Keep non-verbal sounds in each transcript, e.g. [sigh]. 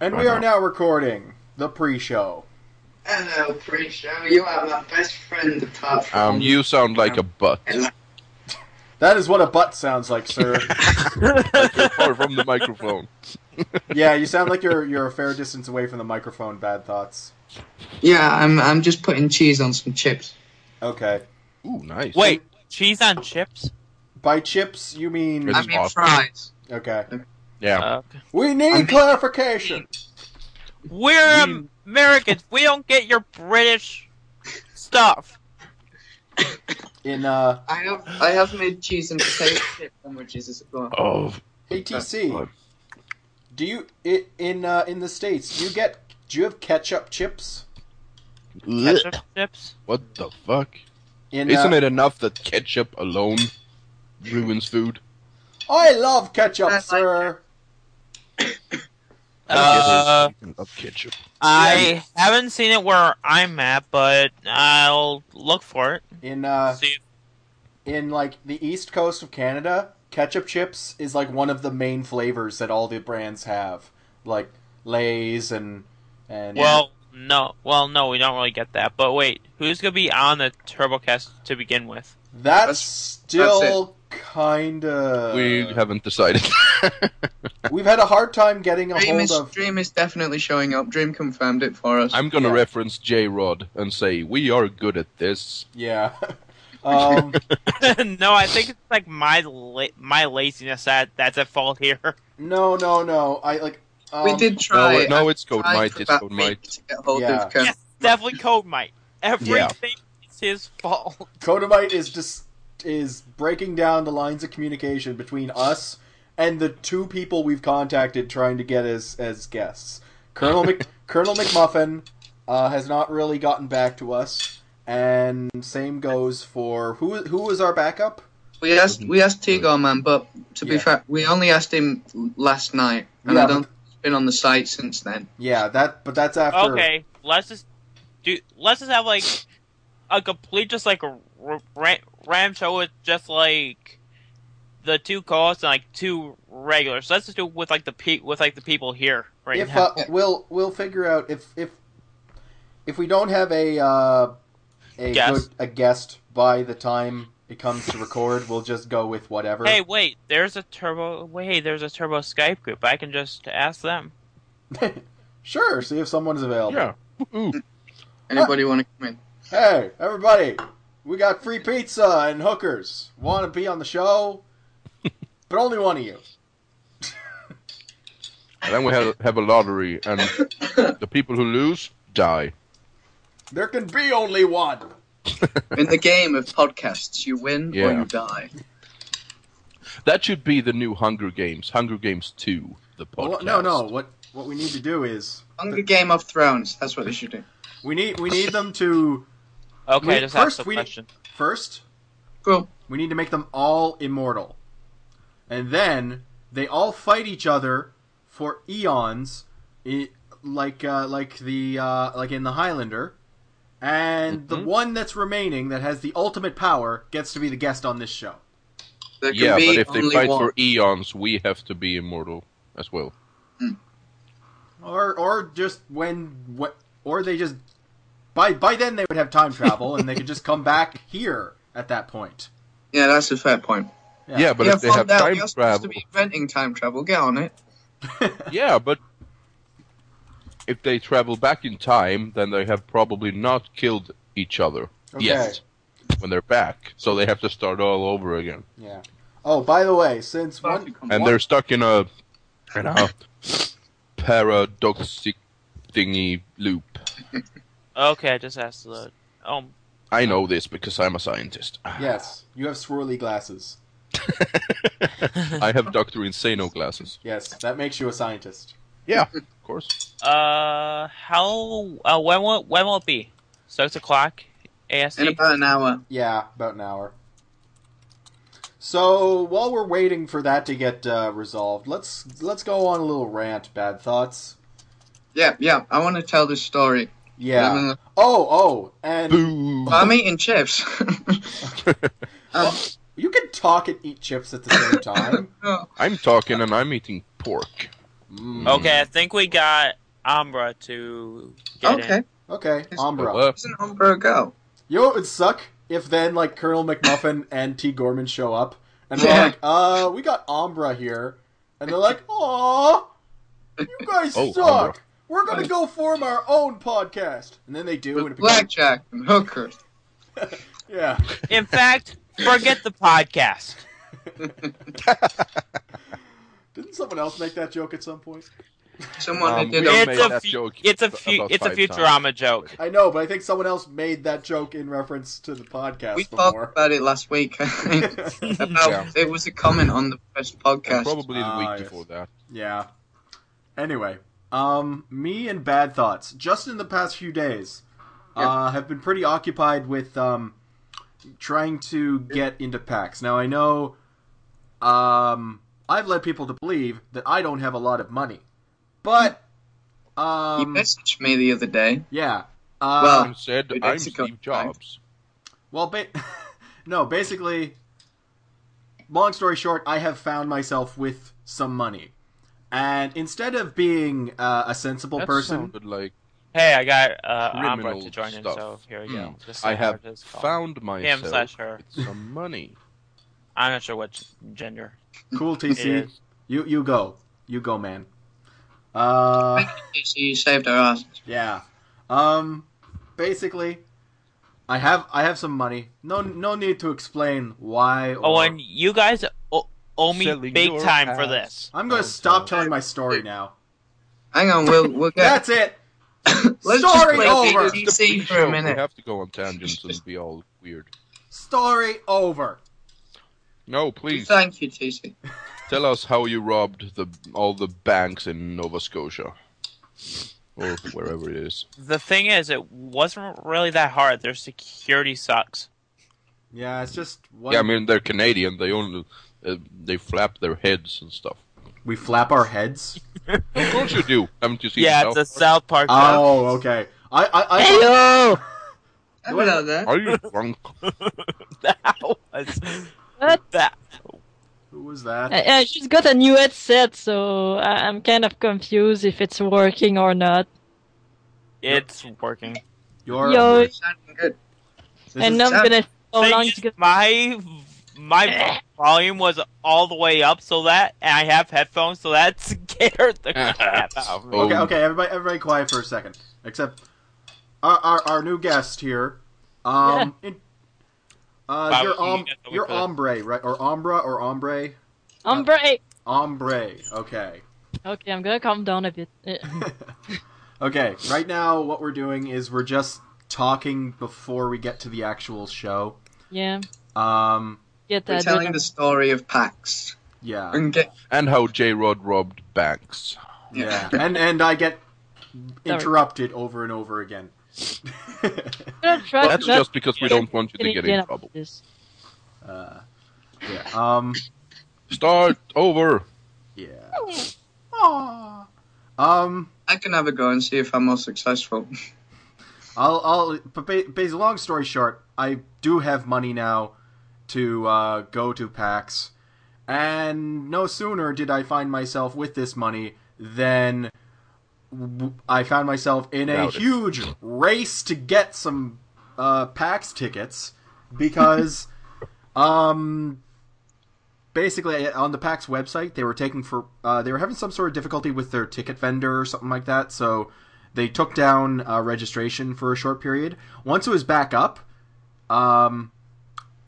And we Uh-huh. are now recording the pre-show. Hello, pre-show. You are my best friend apart from Um, you sound like a butt. That is what a butt sounds like, [laughs] sir. Like you're far from the microphone. yeah, you sound like you're you're a fair distance away from the microphone. Bad thoughts. Yeah, I'm. I'm just putting cheese on some chips. Okay. Ooh, nice. [laughs] Wait, cheese on chips? By chips, you mean It's I mean awful. fries. okay? Yeah. Uh, okay. We need clarification. we're Americans. We don't get your British [laughs] stuff. In uh, I have. I have made cheese and potato chip sandwiches as well. oh, ATC, do you i in uh, in the states? Do you get? Do you have ketchup chips? blech. Ketchup chips? what the fuck? In, Isn't uh, it enough that ketchup alone ruins food? I love ketchup, I like sir. Uh, I love ketchup. I haven't seen it where I'm at, but I'll look for it. In uh, See if- in like the east coast of Canada, ketchup chips is like one of the main flavors that all the brands have, like Lay's and and Well, no. Well, no, we don't really get that. But wait, who's going to be on the TurboCast to begin with? [laughs] that's that's- that's still kind of we haven't decided. [laughs] we've had a hard time getting a Dream hold is, of Dream is definitely showing up. Dream confirmed it for us. I'm gonna Yeah. reference J Rod and say we are good at this. yeah. [laughs] um, no, I think it's like my la- my laziness that that's at fault here. no, no, no. I like um, we did try. no, it- no, I it's code tried might. for It's about code a might. week To get hold Yeah. of Ken. [laughs] Yes, definitely Code Mike. Everything is his fault. Codamite is just is breaking down the lines of communication between us and the two people we've contacted trying to get as as guests. Colonel Mc, Colonel McMuffin uh, has not really gotten back to us, and same goes for who who was our backup? We asked. We asked Tigor man, but to be Yeah. fair, we only asked him last night, and Yeah, I don't. think He's been on the site since then. Yeah, that but that's after. Okay, let's just do. Let's just have like a complete, just like a r- ra- ram show with just like the two calls and like two regulars. So let's just do it with like the pe- with like the people here right If now. uh, we'll we'll figure out if if if we don't have a uh, a Guest. good a guest by the time it comes to record, we'll just go with whatever. hey, wait! There's a turbo. Wait, hey, there's a turbo Skype group. I can just ask them. Sure, see if someone's available. Yeah. Ooh. Anybody want to [laughs] come in? Hey, everybody, we got free pizza and hookers. Want to be on the [laughs] show? but only one of you. And then we have, have a lottery, and the people who lose die. There can be only one. In the game of podcasts, you win or Yeah. you die. That should be the new Hunger Games. Hunger Games Two, the podcast. Well, no, no. What what we need to do is Hunger Game of Thrones. That's what they should do. we need we need them to Okay, Wait, I just ask first the we- question. first Cool. we need to make them all immortal, and then they all fight each other for eons, i like uh, like the uh, like in the Highlander, and the one that's remaining that has the ultimate power gets to be the guest on this show. There can Yeah, be but if they only fight one. for eons, we have to be immortal as well. or or just when what or they just by by then they would have time travel and they could just come back here at that point. Yeah, that's a fair point. Yeah, but yeah, if they fuck have that, time we are supposed travel, to be inventing time travel. Get on it. yeah, but if they travel back in time, then they have probably not killed each other Okay. yet when they're back, so they have to start all over again, Yeah. Oh, by the way, since one and one- they're stuck in a in a paradoxic thingy loop. Okay, I just asked the. Um, I know this because I'm a scientist. yes, you have swirly glasses. I have Doctor Insano [laughs] glasses. Yes, that makes you a scientist. Yeah, of course. uh, how? Uh, when will when will it be? Six o'clock, AST. in about an hour. Yeah, about an hour. So while we're waiting for that to get uh, resolved, let's let's go on a little rant. Bad thoughts. Yeah, yeah. I want to tell this story. Yeah. Um, Oh, oh, and Boo. I'm eating chips. [laughs] um, you can talk and eat chips at the same time. no. I'm talking and I'm eating pork. Mm. Mm-hmm. Okay, I think we got Umbra to get okay. in. Okay, Umbra. Hello? Where's an Umbra go? You know what would suck if then like Colonel [laughs] McMuffin and T Gorman show up and we're Yeah. like, uh, we got Umbra here, and they're like, aw, you guys Oh, suck. Umbra. We're gonna go form our own podcast, and then they do, and it With becomes blackjack and hookers. yeah. In fact, forget the podcast. [laughs] Didn't someone else make that joke at some point? Someone Um, that did we a don't It's make a, that fu- joke it's a about fu- it's a five times. Futurama joke. I know, but I think someone else made that joke in reference to the podcast we before. talked about it last week. [laughs] I think. about Yeah. it was a comment on the first podcast. And probably the week Ah, yes. before that. Yeah. Anyway, um, me and bad thoughts just in the past few days uh, have been pretty occupied with um, trying to get into PAX. Now I know, um, I've led people to believe that I don't have a lot of money, but you um, messaged me the other day. yeah, uh, Well, And said, Dude, I'm Ah, Mexico- Steve Jobs. Well, ba- [laughs] no, basically, long story short, I have found myself with some money. And instead of being uh, a sensible That person, sounded like Hey, I got uh, criminal Umbra to join in, stuff. so here we go. Hmm. This is I have Umbra's call. found him myself slash her. with some money. I'm not sure which gender. cool It TC, is. you you go, you go, man. [laughs] Uh, You saved our ass. yeah. Um, basically, I have I have some money. No no need to explain why. Or... Oh, and you guys o- owe me Selling big your time for ass. this. I'm going to Oh, stop sorry. telling my story now. Hang on, we'll we'll get. That's it. Let's story just play over. It's the BTC for pre-show. a minute. We have to go on tangents and be all weird. Story over. No, please Thank you, TC. tell us how you robbed the all the banks in Nova Scotia or wherever it is. The thing is, it wasn't really that hard. Their security sucks. Yeah, it's just one... Yeah, I mean they're Canadian. They only uh, they flap their heads and stuff. we flap our [laughs] heads. Of course you do. Haven't you seen? yeah, South it's a South Park. joke. Oh, okay. I I, I Hello there. Park? Are you drunk? [laughs] that was But that. Who was that? I, I just Uh, got a new headset, so I, I'm kind of confused if it's working or not. It's working. Your Yo. Sounding good. This and is- I'm Sam. gonna how Thing long is, it's gonna. my Eh. my volume was all the way up, so that and I have headphones, so that [laughs] scared [laughs] the crap out of Oh. me. okay, okay, everybody, everybody, quiet for a second. Except our our, our new guest here. Um, in- uh, Wow, your we um, got that we your could. ombre, right, or ombra, or ombre, I'm brave. ombre. Okay, [laughs] Okay, I'm gonna calm down a bit. Eh, okay. Right now, what we're doing is we're just talking before we get to the actual show. Yeah, Um, get We're that. telling the story of PAX. yeah, And get, And how J Rod robbed banks. [laughs] yeah, and and I get Sorry. interrupted over and over again. [laughs] I'm gonna try That's not just because we don't want you to getting get again in after trouble. this. uh, yeah. Um. Start over. Yeah. Um, I can have a go and see if I'm more successful. I'll, I'll, but ba- bas long story short, I do have money now to uh, go to PAX, and no sooner did I find myself with this money than w- I found myself in a Doubt it. huge race to get some uh, PAX tickets because, [laughs] um, basically uh, on the PAX website they were taking for uh, they were having some sort of difficulty with their ticket vendor or something like that, so they took down uh, registration for a short period. Once it was back up, um,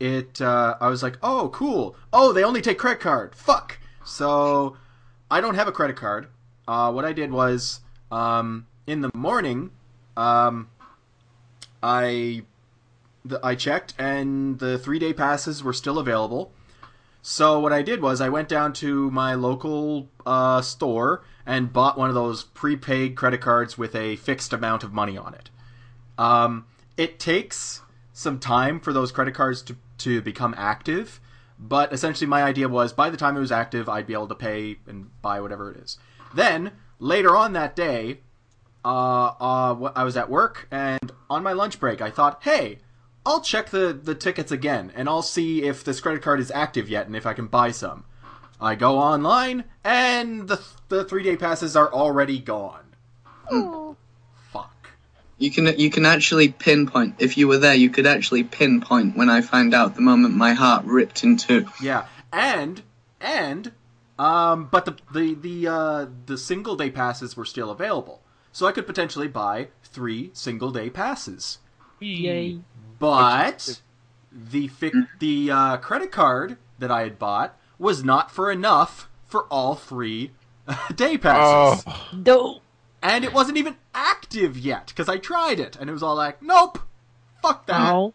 it uh, I was like, oh, cool. Oh, they only take credit card. Fuck. So I don't have a credit card. Uh, what I did was um, in the morning, um, I the, I checked and the three day passes were still available. So what I did was I went down to my local uh, store and bought one of those prepaid credit cards with a fixed amount of money on it. Um, it takes some time for those credit cards to, to become active, but essentially my idea was by the time it was active, I'd be able to pay and buy whatever it is. Then later on that day, uh, uh, wh- I was at work and on my lunch break, I thought, hey, I'll check the, the tickets again and I'll see if this credit card is active yet and if I can buy some. I go online, and the the three day passes are already gone. Fuck. You can you can actually pinpoint if you were there. You could actually pinpoint when I found out the moment my heart ripped in two. Yeah, and and um, but the the the uh, the single day passes were still available, so I could potentially buy three single day passes. Hmm. Yay. But the fic- the uh, credit card that I had bought was not for enough for all three uh, day passes, Oh, Dope. and it wasn't even active yet because I tried it, and it was all like, "Nope, fuck that." No.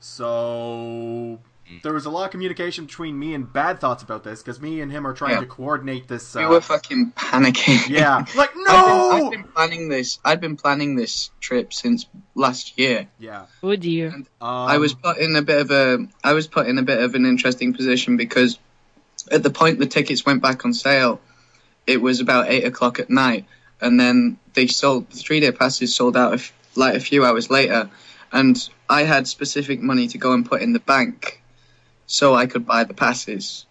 So there was a lot of communication between me and Bad Thoughts about this because me and him are trying Yeah. to coordinate this. Uh, We were fucking panicking. [laughs] yeah, like I've been, no. I've been planning this. I've been planning this trip since last year. Yeah, um, Oh dear. I was put in a bit of a. I was put in a bit of an interesting position because, at the point the tickets went back on sale, it was about eight o'clock at night, and then they sold the three day passes sold out a f like a few hours later, and I had specific money to go and put in the bank, so I could buy the passes,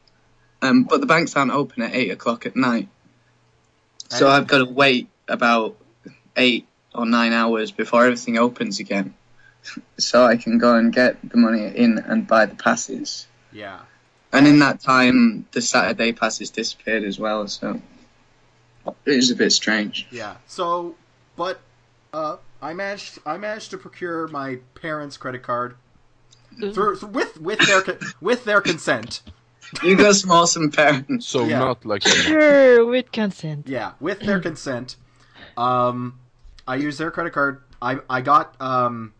um, but the banks aren't open at eight o'clock at night, so And- I've got to wait about eight or nine hours before everything opens again [laughs] so I can go and get the money in and buy the passes. Yeah, And in that time, the Saturday passes disappeared as well, so it is a bit strange. yeah. So, but uh, I managed. I managed to procure my parents' credit card through with with their con- with their consent. You got some awesome parents. so Yeah. not like Sure, with consent. Yeah, with their consent. Um, I used their credit card. I I got um,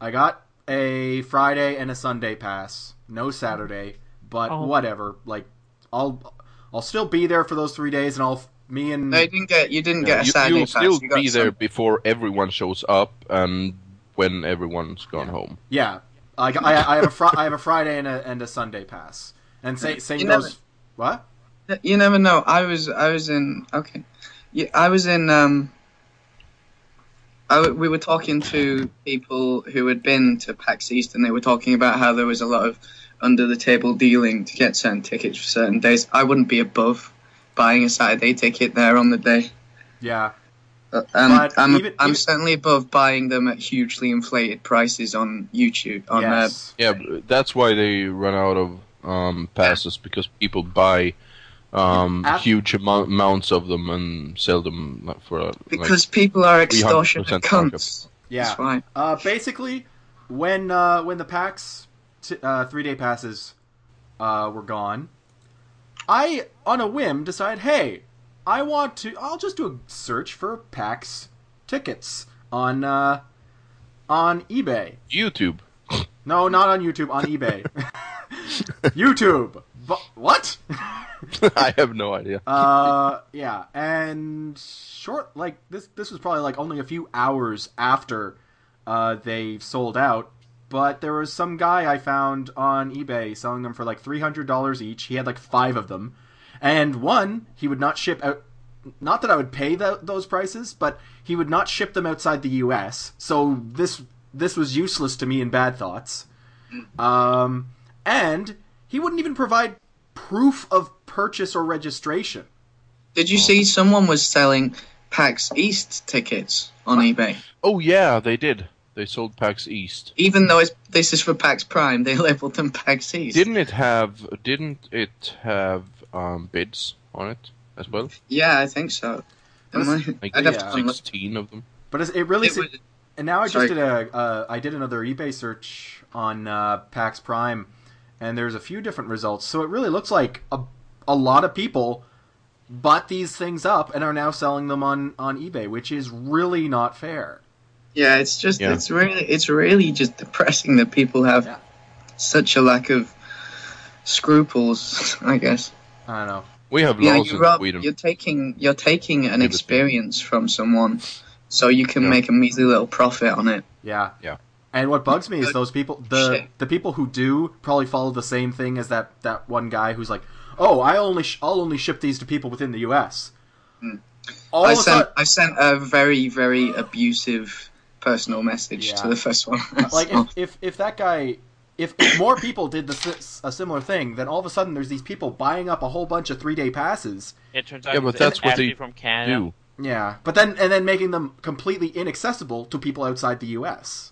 I got a Friday and a Sunday pass. No Saturday, but Oh. whatever. Like, I'll I'll still be there for those three days, and I'll me and No, you didn't get. You didn't Yeah, get a you, Saturday you'll pass. still you got be there some- before everyone shows up and when everyone's gone home. yeah. I, I, I have a fri- I have a Friday and a and a Sunday pass, and say, same You goes. never- What? You never know. I was. I was in. Okay. Yeah, I was in. Um. I w we were talking to people who had been to PAX East, and they were talking about how there was a lot of under the table dealing to get certain tickets for certain days. I wouldn't be above buying a Saturday ticket there on the day. Yeah, Uh, Um, But I'm, even- I'm even- certainly above buying them at hugely inflated prices on YouTube. On uh, yes, Yeah, but that's why they run out of um, passes because people buy um, Ab- huge amou- amounts of them and sell them like, for uh, because people are extortionate 300% cunts. yeah. That's why. Uh, basically, when uh, when the packs t- uh, three day passes uh, were gone, I on a whim decide, hey, I want to. I'll just do a search for packs tickets on uh, on eBay. like, YouTube. [laughs] No, not on YouTube. On eBay. [laughs] YouTube. Bu- what? I have no idea. Uh, yeah, and short like this. This was probably like only a few hours after uh, they sold out. But there was some guy I found on eBay selling them for like three hundred dollars each. He had like five of them, and one he would not ship out. Not that I would pay tho- those prices, but he would not ship them outside the U.S. So this this was useless to me in bad thoughts. Um, and he wouldn't even provide proof of purchase or registration. Did you see someone was selling PAX East tickets on eBay? oh yeah, they did. They sold PAX East. Even though it's, this is for PAX Prime, they [laughs] labeled them PAX East. Didn't it have? Didn't it have um, bids on it as well? Yeah, I think so. Am I, Like would have to unlook. sixteen of them. But it's- it really, It was, and now I just sorry. did a, uh, I did another eBay search on uh, PAX Prime, and there's a few different results. So it really looks like a, a lot of people bought these things up and are now selling them on on eBay, which is really not fair. yeah, it's just Yeah. it's really it's really just depressing that people have Yeah. such a lack of scruples. [laughs] I guess. I don't know. We have yeah, laws you in rob, Sweden. you're taking you're taking an Yeah, but- experience from someone, so you can Yeah. make a measly little profit on it. Yeah. Yeah. And what bugs me is those people the Shit. the people who do probably follow the same thing as that that one guy who's like, "Oh, I only sh- I'll only ship these to people within the US." All Hmm. I of a sent sudden- I sent a very very abusive personal message Yeah. to the first one. [laughs] like So, if, if if that guy if, if more people did the, si- a similar thing, then all of a sudden there's these people buying up a whole bunch of three day passes. It turns out Yeah, he's but that's what actually they from Canada. Do Yeah, but then and then making them completely inaccessible to people outside the U.S.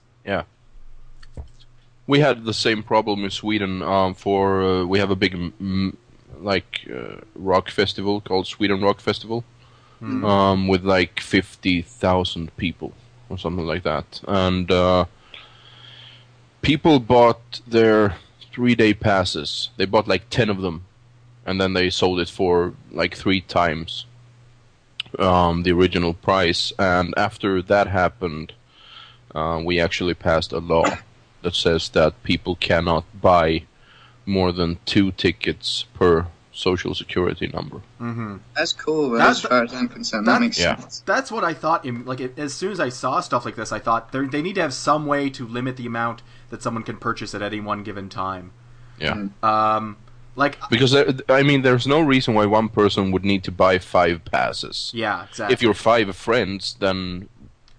we had the same problem in Sweden. Um, for uh, we have a big mm, like uh, rock festival called Sweden Rock Festival, Hmm. um, with like fifty thousand people or something like that, and uh, people bought their three-day passes. They bought like ten of them, and then they sold it for like three times um, the original price. And after that happened, uh, we actually passed a law that says that people cannot buy more than two tickets per social security number. Mm-hmm. That's cool. That's- as far as I'm concerned, that- that makes Yeah. sense. That's what I thought. im- Like it- as soon as I saw stuff like this, I thought there- they need to have some way to limit the amount that someone can purchase at any one given time. Yeah. Um, like Because there, I mean, there's no reason why one person would need to buy five passes. yeah, exactly. If you're five friends, then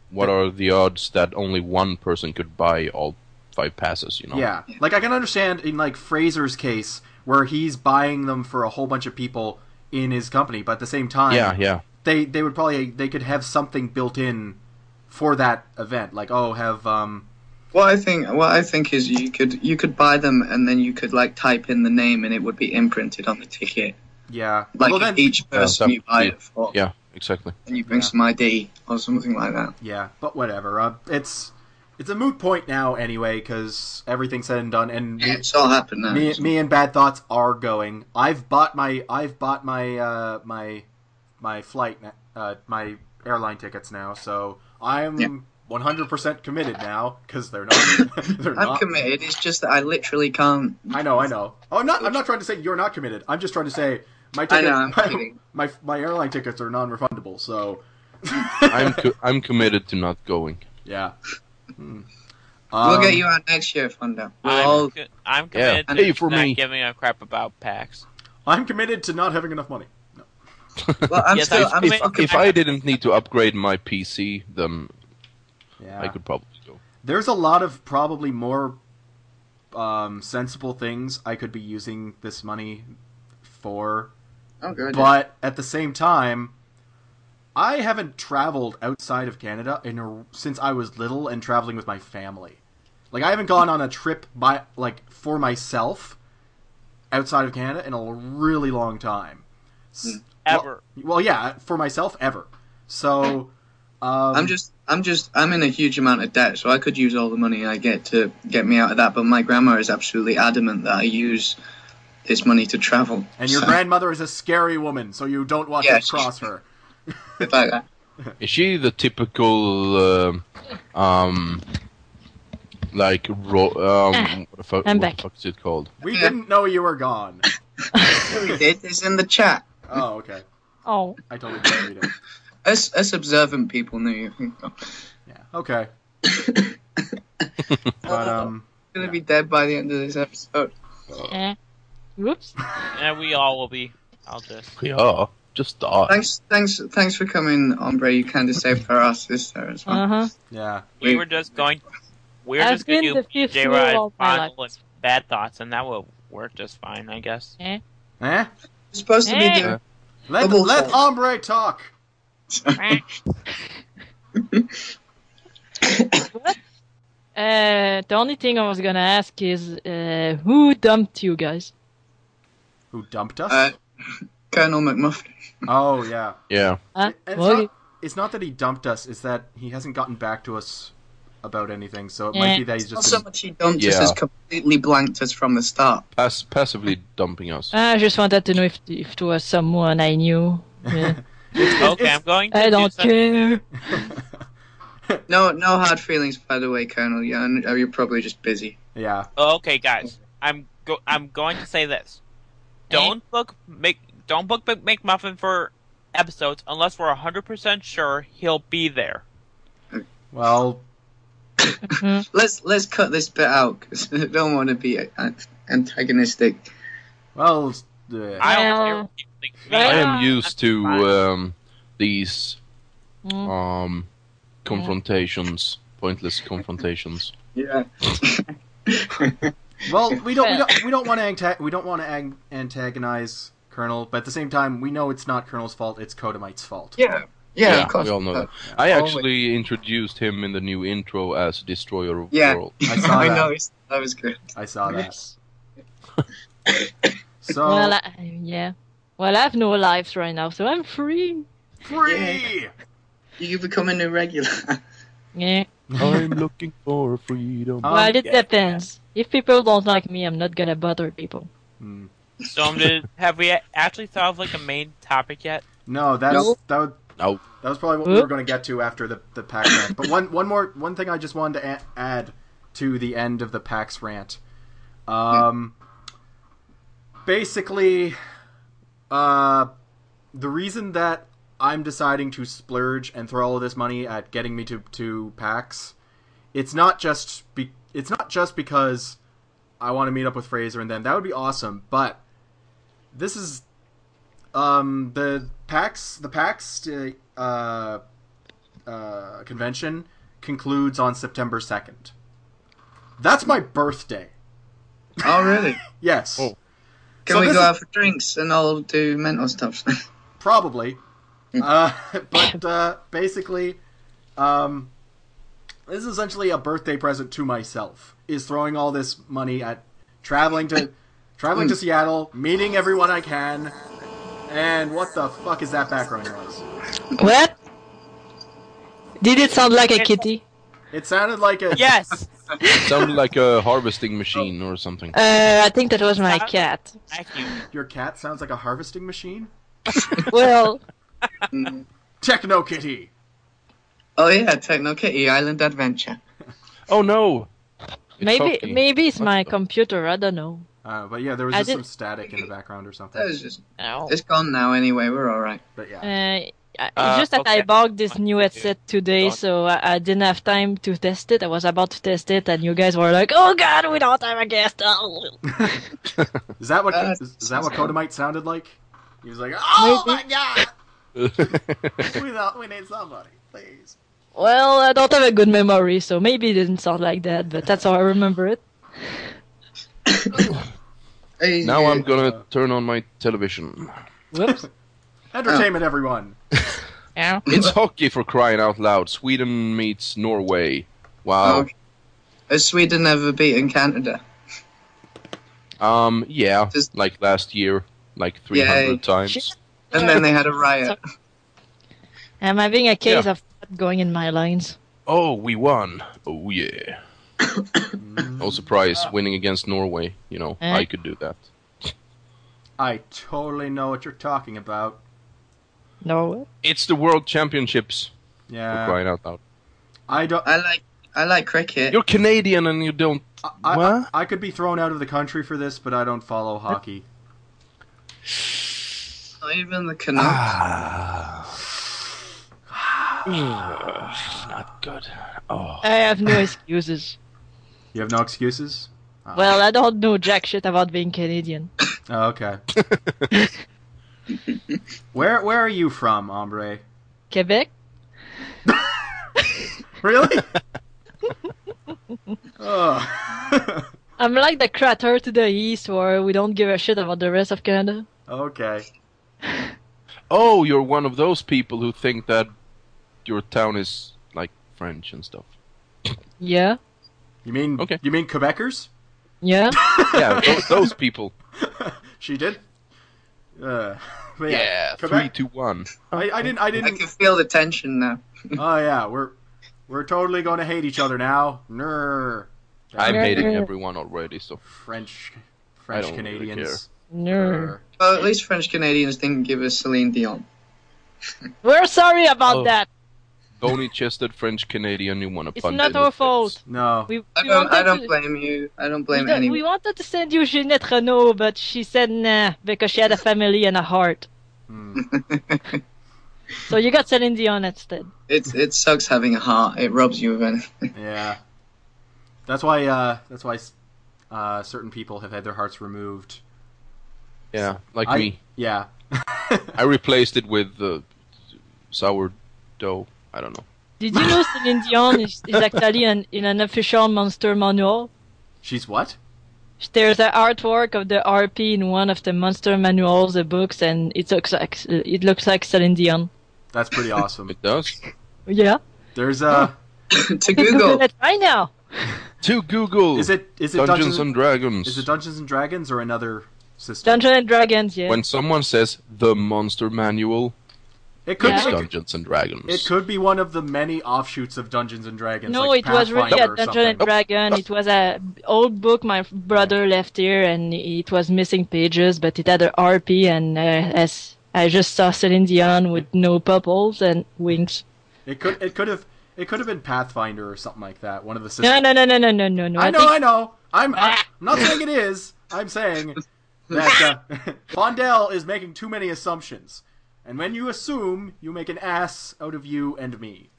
what are the odds that only one person could buy all five passes? You know. Yeah, like I can understand in like Fraser's case where he's buying them for a whole bunch of people in his company, but at the same time, Yeah, yeah. they they would probably they could have something built in for that event, like oh have um What I think, what I think is, you could you could buy them and then you could like type in the name and it would be imprinted on the ticket, yeah like well, then, each person that you buy would be- it for, Yeah, [laughs] exactly. and you bring Yeah. some ID or something like that. yeah, but whatever. Uh, it's it's a moot point now anyway because everything's said and done, and Yeah, we, it's all happened now. me, me and bad thoughts are going. I've bought my I've bought my uh, my my flight na- uh, my airline tickets now, so I'm Yeah. 100% committed now because they're not [laughs] they're I'm not. committed. It's just that I literally can't. I know, I know. Oh, I'm not I'm not trying to say you're not committed. I'm just trying to say my I ticket, know. I'm my, [laughs] kidding. my my airline tickets are non-refundable. So I'm co- I'm committed to not going. yeah. Hmm. we'll Um, get you out next year, Fundo. We'll I'm, all co- I'm Yeah. committed Hey, to for not me. giving a crap about PAX. I'm committed to not having enough money. Well, I'm Yes, still. I- I'm if, still fucking- if I didn't need to upgrade my PC, then Yeah. I could probably go. there's a lot of probably more um, sensible things I could be using this money for, oh, good. but at the same time, I haven't traveled outside of Canada in a, since I was little and traveling with my family. Like I haven't gone on a trip by like for myself outside of Canada in a really long time. S- Ever. Well, yeah, for myself ever. So um, I'm just. I'm just. I'm in a huge amount of debt, so I could use all the money I get to get me out of that. But my grandma is absolutely adamant that I use this money to travel. and your so, grandmother is a scary woman, so you don't want Yeah, to she- cross her. [laughs] about that. Is she the typical, uh, um, like, ro- um, Ah, what, the fuck, I'm what the back. fuck is it called? We Yeah. didn't know you were gone. [laughs] We did. It's in the chat. Oh, okay. Oh, I totally didn't read it. Us, us observant people knew. you. Yeah. [laughs] Okay. But um, I'm gonna be dead by the end of this episode. Uh. eh. Whoops. and we all will be. I'll just. Yeah, just die. Thanks, thanks, thanks for coming, Ombre. You kind of saved our asses there as well. Uh huh. yeah. We were just going. We were I've just going been to the fifth J wheel Rod all my Fondle life. and Bad Thoughts, and that will work just fine, I [laughs] guess. Eh? We're supposed to be Hey. doing. Let Double let check. Ombre talk. Uh, the only thing I was gonna ask is, uh, who dumped you guys? Who dumped us? [laughs] Uh, Colonel McMuffin. oh yeah. Yeah, Huh? And it's, Okay. not, it's not that he dumped us; it's that he hasn't gotten back to us about anything. So it Yeah. might be that he's Not just. so Been, much he dumped us Yeah. as completely blanked us from the start. pass- passively dumping us. I just wanted to know if if it was someone I knew. [laughs] Yeah. Okay, I'm going to. I do don't some- care. No, no hard feelings, by the way, Colonel. Yeah, and- oh, you're probably just busy. [laughs] yeah. Okay, guys, I'm go. I'm going to say this. Don't book make. Don't book Mc- McMuffin for episodes unless we're hundred percent sure he'll be there. Well, Let's let's cut this bit out 'cause [laughs] I don't want to be a- a- antagonistic. well. eh. I don't care Yeah. what you think of Yeah. I me. am used to um, these Mm. um, [laughs] confrontations, pointless confrontations. Yeah. Well, we don't we Well. don't we don't want to anta- we don't want to ag- antagonize Colonel, but at the same time, we know it's not Colonel's fault; it's Kodamite's fault. Yeah. Yeah, of course. Uh, we all know [laughs] that. I actually introduced him in the new intro as Destroyer of Yeah. World. I saw I that. know. it's- That was good. I saw [laughs] that. So Well, I, yeah. Well, I have no lives right now, so I'm free. free. You become a new regular. Yeah. [laughs] I'm looking for freedom. Um, well, it yeah. depends. If people don't like me, I'm not gonna bother people. Hmm. So, um, did, have we actually thought of like a main topic yet? No, that's Nope. that would Nope. that was probably what we were Oop. going to get to after the the PAX rant. But one one more one thing I just wanted to a- add to the end of the PAX rant. Um, basically, uh, the reason that I'm deciding to splurge and throw all of this money at getting me to to PAX, it's not just be, it's not just because I want to meet up with Fraser and them. That would be awesome, but this is um the PAX the PAX uh, uh, uh, convention concludes on September second. That's my birthday. [laughs] oh, really? Yes, Oh. Can So we this go is- out for drinks and I'll do mental stuff? [laughs] probably. uh, [laughs] but uh, basically, um, this is essentially a birthday present to myself. Is throwing all this money at traveling to traveling to Seattle, meeting everyone I can, and what the fuck is that background noise? What? Did it sound like a kitty? It sounded like a Yes, Sounded like a harvesting machine or something. Uh, I think that was my cat. thank you. Your cat sounds like a harvesting machine? Well, Mm. Techno Kitty! oh, yeah, Techno Kitty Island Adventure. Oh no! It's maybe Hockey. [laughs] maybe it's my What the- computer. I don't know. Uh, but yeah, there was I just did- some static in the background or something. That was just. Ow. It's gone now anyway. We're all right. But yeah. Uh, I- Uh, it's just that I okay. bought this new Okay. headset today, Done. so I, I didn't have time to test it. I was about to test it, and you guys were like, "Oh God, we don't have a guest." Oh. Is that what Uh, is, is that what sounds good. Kodamite sounded like? He was like, "Oh Maybe. my god, we, don't, we need somebody, please." Well, I don't have a good memory, so maybe it didn't sound like that, but that's how I remember it. Hey, now [laughs] yeah. I'm gonna turn on my television. Whoops. Oh. Entertainment, everyone. Yeah. It's [laughs] [laughs] hockey for crying out loud. Sweden meets Norway. Wow. Okay. Has Sweden ever beaten Canada? Um, yeah, Just- like last year, like 300 Yay. times. And then they had a riot. I'm having a case Yeah. of not going in my lines. Oh, we won. Oh, yeah. no surprise, winning against Norway. You know, Eh? I could do that. I totally know what you're talking about. No. It's the World Championships for Yeah, crying out loud. I don't. I like I like cricket. You're Canadian and you don't. I, I, What? I could be thrown out of the country for this, but I don't follow hockey. Not even the Canucks. Ah. Ah. [sighs] not good. Oh. I have no excuses. You have no excuses. Ah. well, I don't know jack shit about being Canadian. Oh, okay. where where are you from, hombre? Quebec? [laughs] Really? [laughs] oh. [laughs] I'm like the crater to the east where we don't give a shit about the rest of Canada. okay. [laughs] oh, you're one of those people who think that your town is like French and stuff. Yeah. You mean Okay. you mean Quebecers? Yeah. Yeah, those, those people. [laughs] She did. Uh, [laughs] but yeah, Yeah, three, Quebec. two, one. I, I didn't. I I didn't. can feel the tension now. Oh yeah, we're we're totally going to hate each other now. Ner. I'm Yeah, hating yeah. everyone already, so French I French don't really Canadians. no. Ner. Well, at least French Canadians didn't give us Celine Dion. We're sorry about Oh. that. bony chested French Canadian, you want to It's punch not in the our face. fault. No. We, we I don't. wanted I don't to- blame you. I don't we blame don't- anyone. we wanted to send you Jeanette Renault, but she said nah because she had a family and a heart. Hmm. [laughs] So you got Celine Dion instead. It it sucks having a heart. It robs you of anything. [laughs] Yeah. That's why. Uh, that's why. Uh, certain people have had their hearts removed. Yeah, like I- me. Yeah. [laughs] I replaced it with uh, sourdough. I don't know. Did you know Celine Dion is, is actually an, in an official Monster Manual? She's what? there's an artwork of the RP in one of the monster manuals, the books, and it looks like it looks like Celine Dion. That's [laughs] pretty awesome. It does. Yeah, There's uh, a. to [laughs] I can Google Google. it right now. To Google. Is it is it Oh. Dungeons, Dungeons and Dragons? is it Dungeons and Dragons or another system? Dungeons and Dragons. Yeah. when someone says the Monster Manual, it could Yeah. it's be, it, Dungeons and Dragons. it could be one of the many offshoots of Dungeons and Dragons. no, like it was really Pathfinder a or Dungeon something. and Dragon. Nope. It was a old book my brother left here, and it was missing pages, but it had a RP, and uh, as I just saw Celine Dion with no purples and wings. It could it could have it could have been Pathfinder or something like that. One of the systems. No, no, no, no, no, no, no, no. I know, think- Ah. I know. I'm, I'm not saying it is. I'm [laughs] saying that uh, [laughs] Fondell is making too many assumptions. And when you assume, you make an ass out of you and me.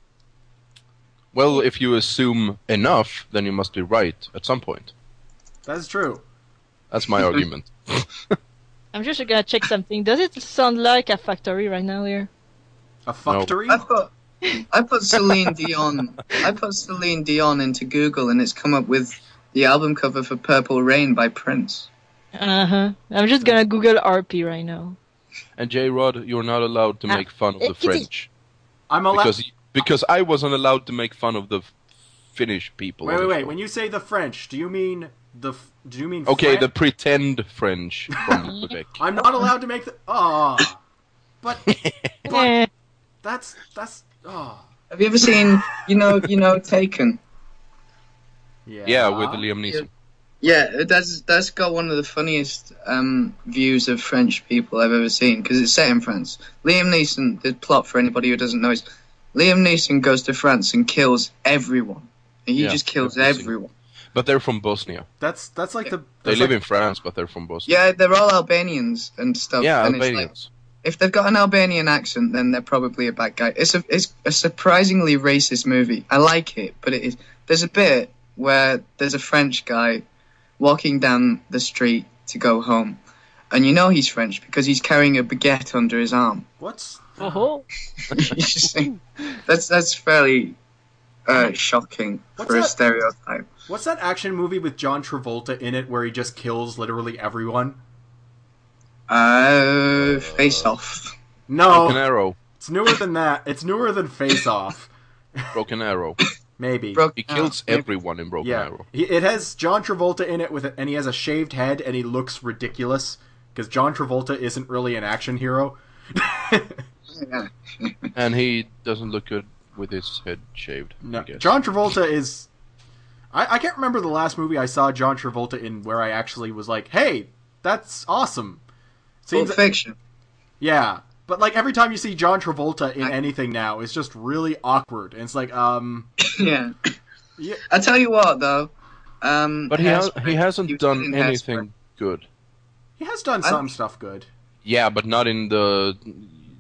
Well, if you assume enough, then you must be right at some point. That's true. [laughs] That's my argument. I'm just gonna check something. Does it sound like a factory right now here? A fuckery? I put I put Celine Dion. I put Celine Dion into Google, and it's come up with the album cover for Purple Rain by Prince. Uh huh. I'm just gonna Google RP right now. And J Rod, you're not allowed to Ah, make fun of eh, the kitty. French I'm allowed. because because I wasn't allowed to make fun of the Finnish people. Wait, on wait, the wait. show. When you say the French, do you mean the? f- Do you mean? okay, the Fran- pretend French from Quebec. I'm not allowed to make the. Ah, [laughs] but Eh. that's that's. Ah, Have you ever seen you know you know Taken? yeah. Yeah, with Liam Neeson. Yeah, that's that's got one of the funniest um, views of French people I've ever seen because it's set in France. Liam Neeson. The plot for anybody who doesn't know is Liam Neeson goes to France and kills everyone. And he Yeah, just kills I've seen it. everyone. But they're from Bosnia. That's that's like the. They that's live like- in France, but they're from Bosnia. Yeah, they're all Albanians and stuff. yeah, and it's like- Albanians. if they've got an Albanian accent, then they're probably a bad guy. It's a it's a surprisingly racist movie. I like it, but it is there's a bit where there's a French guy walking down the street to go home, and you know he's French because he's carrying a baguette under his arm. [laughs] What's Oh, You just think, that's that's fairly uh, shocking What's for a that? stereotype. what's that action movie with John Travolta in it where he just kills literally everyone? Uh, face off. Broken No, Arrow. it's newer than that. It's newer than Face Off. [coughs] Broken Arrow. Maybe. Bro- He kills uh, everyone in Broken yeah, Arrow. he, it has John Travolta in it with, it, and he has a shaved head, and he looks ridiculous because John Travolta isn't really an action hero. yeah. And he doesn't look good with his head shaved. No, I guess. John Travolta is. I, I can't remember the last movie I saw John Travolta in where I actually was like, "Hey, that's awesome." Pulp Seems, Fiction. yeah, but like every time you see John Travolta in anything now, it's just really awkward, and it's like, um, yeah. Yeah. I tell you what though. Um, but he, has, he Hairspray- hasn't was in done Hairspray. anything good. he has done I- some stuff good Yeah, but not in the.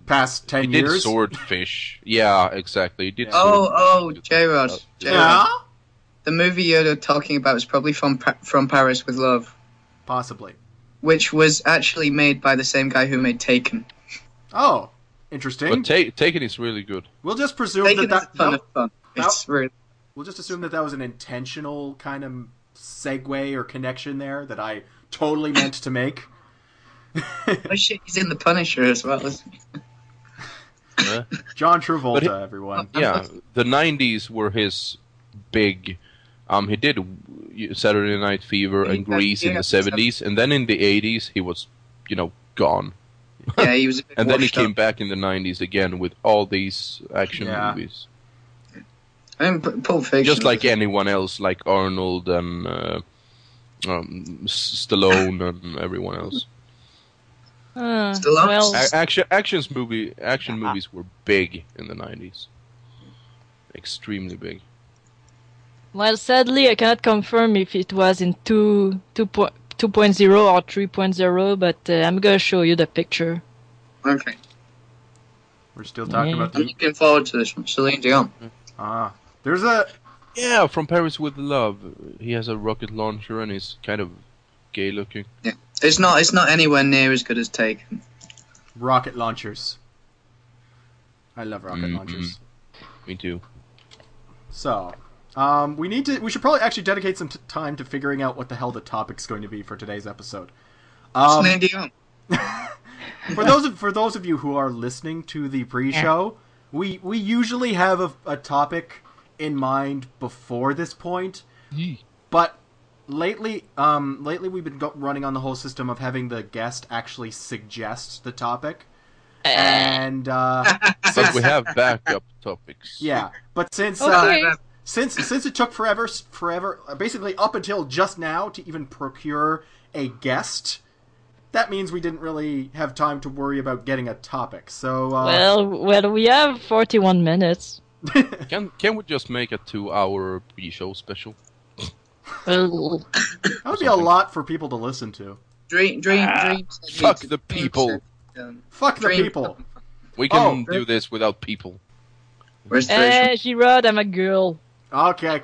past ten He did years. Swordfish. Yeah, exactly. He did Oh, oh, Swordfish. J Rod. Uh, J yeah, Rod. The movie you're talking about is probably from pa- from Paris with Love, possibly. which was actually made by the same guy who made Taken. Oh, interesting. But Ta- Taken is really good. we'll just presume Taken that is that, a ton that- of fun. that- It's really we'll just assume that that was an intentional kind of segue or connection there that I totally meant to make. oh shit. He's in The Punisher as well. Isn't he? Huh? John Travolta, But he- uh, everyone. yeah, the '90s were his big. Um, he did Saturday Night Fever and Yeah, Grease in yeah. the '70s, and then in the '80s he was, you know, gone. [laughs] Yeah, he was. A bit And then he washed up. came back in the '90s again with all these action Yeah. movies, I mean, P- Pulp Fiction. just like was- anyone else, like Arnold and uh, um, S- Stallone and everyone [laughs] else. Uh, Stallone. well, A- action actions movie action movies were big in the '90s, extremely big. well. Sadly, I cannot confirm if it was in two two point two point zero or 3.0, but uh, I'm gonna show you the picture. Okay. We're still talking Yeah. about I'm the looking forward to this one. Celine Dion. ah. There's a Yeah, from Paris with Love. He has a rocket launcher and he's kind of gay looking. It's not. It's not anywhere near as good as Taken. rocket launchers. Mm-hmm. I love rocket launchers. Me too. So, Um, we need to. We should probably actually dedicate some t- time to figuring out what the hell the topic's going to be for today's episode. Um, Celine Dion. for those of, for those of you who are listening to the pre-show, we we usually have a, a topic in mind before this point, but lately, um, lately we've been go- running on the whole system of having the guest actually suggest the topic, and uh, [laughs] But we [laughs] have backup topics. yeah, but since uh, Okay. since since it took forever forever uh, basically up until just now to even procure a guest that means we didn't really have time to worry about getting a topic so uh, Well, well, we have 41 minutes. Can can we just make a two-hour pre-show special? Well, that would be a lot for people to listen to Dream, dream, Ah, dream. sent me fuck to- the people. Um, uh, fuck the Dream. people We can Oh. do this without people. Where's the eh, Girard, I'm a girl. okay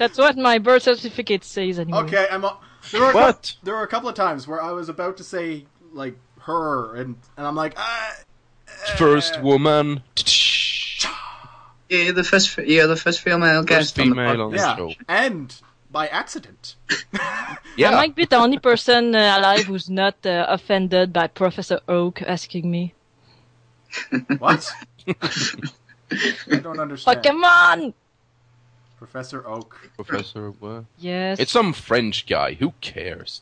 That's what my birth certificate says anyway. okay i'm a- there were a, cou- What? there were a couple of times where i was about to say like her and and i'm like ah, First woman, Yeah, you're the first, fe- you're the first female first guest on female the on podcast. the yeah show. and by accident Yeah, I might be the only person uh, alive who's not uh, offended by Professor Oak asking me. what i don't understand Pokemon! professor oak Professor. What? Yes. It's some French guy. Who cares?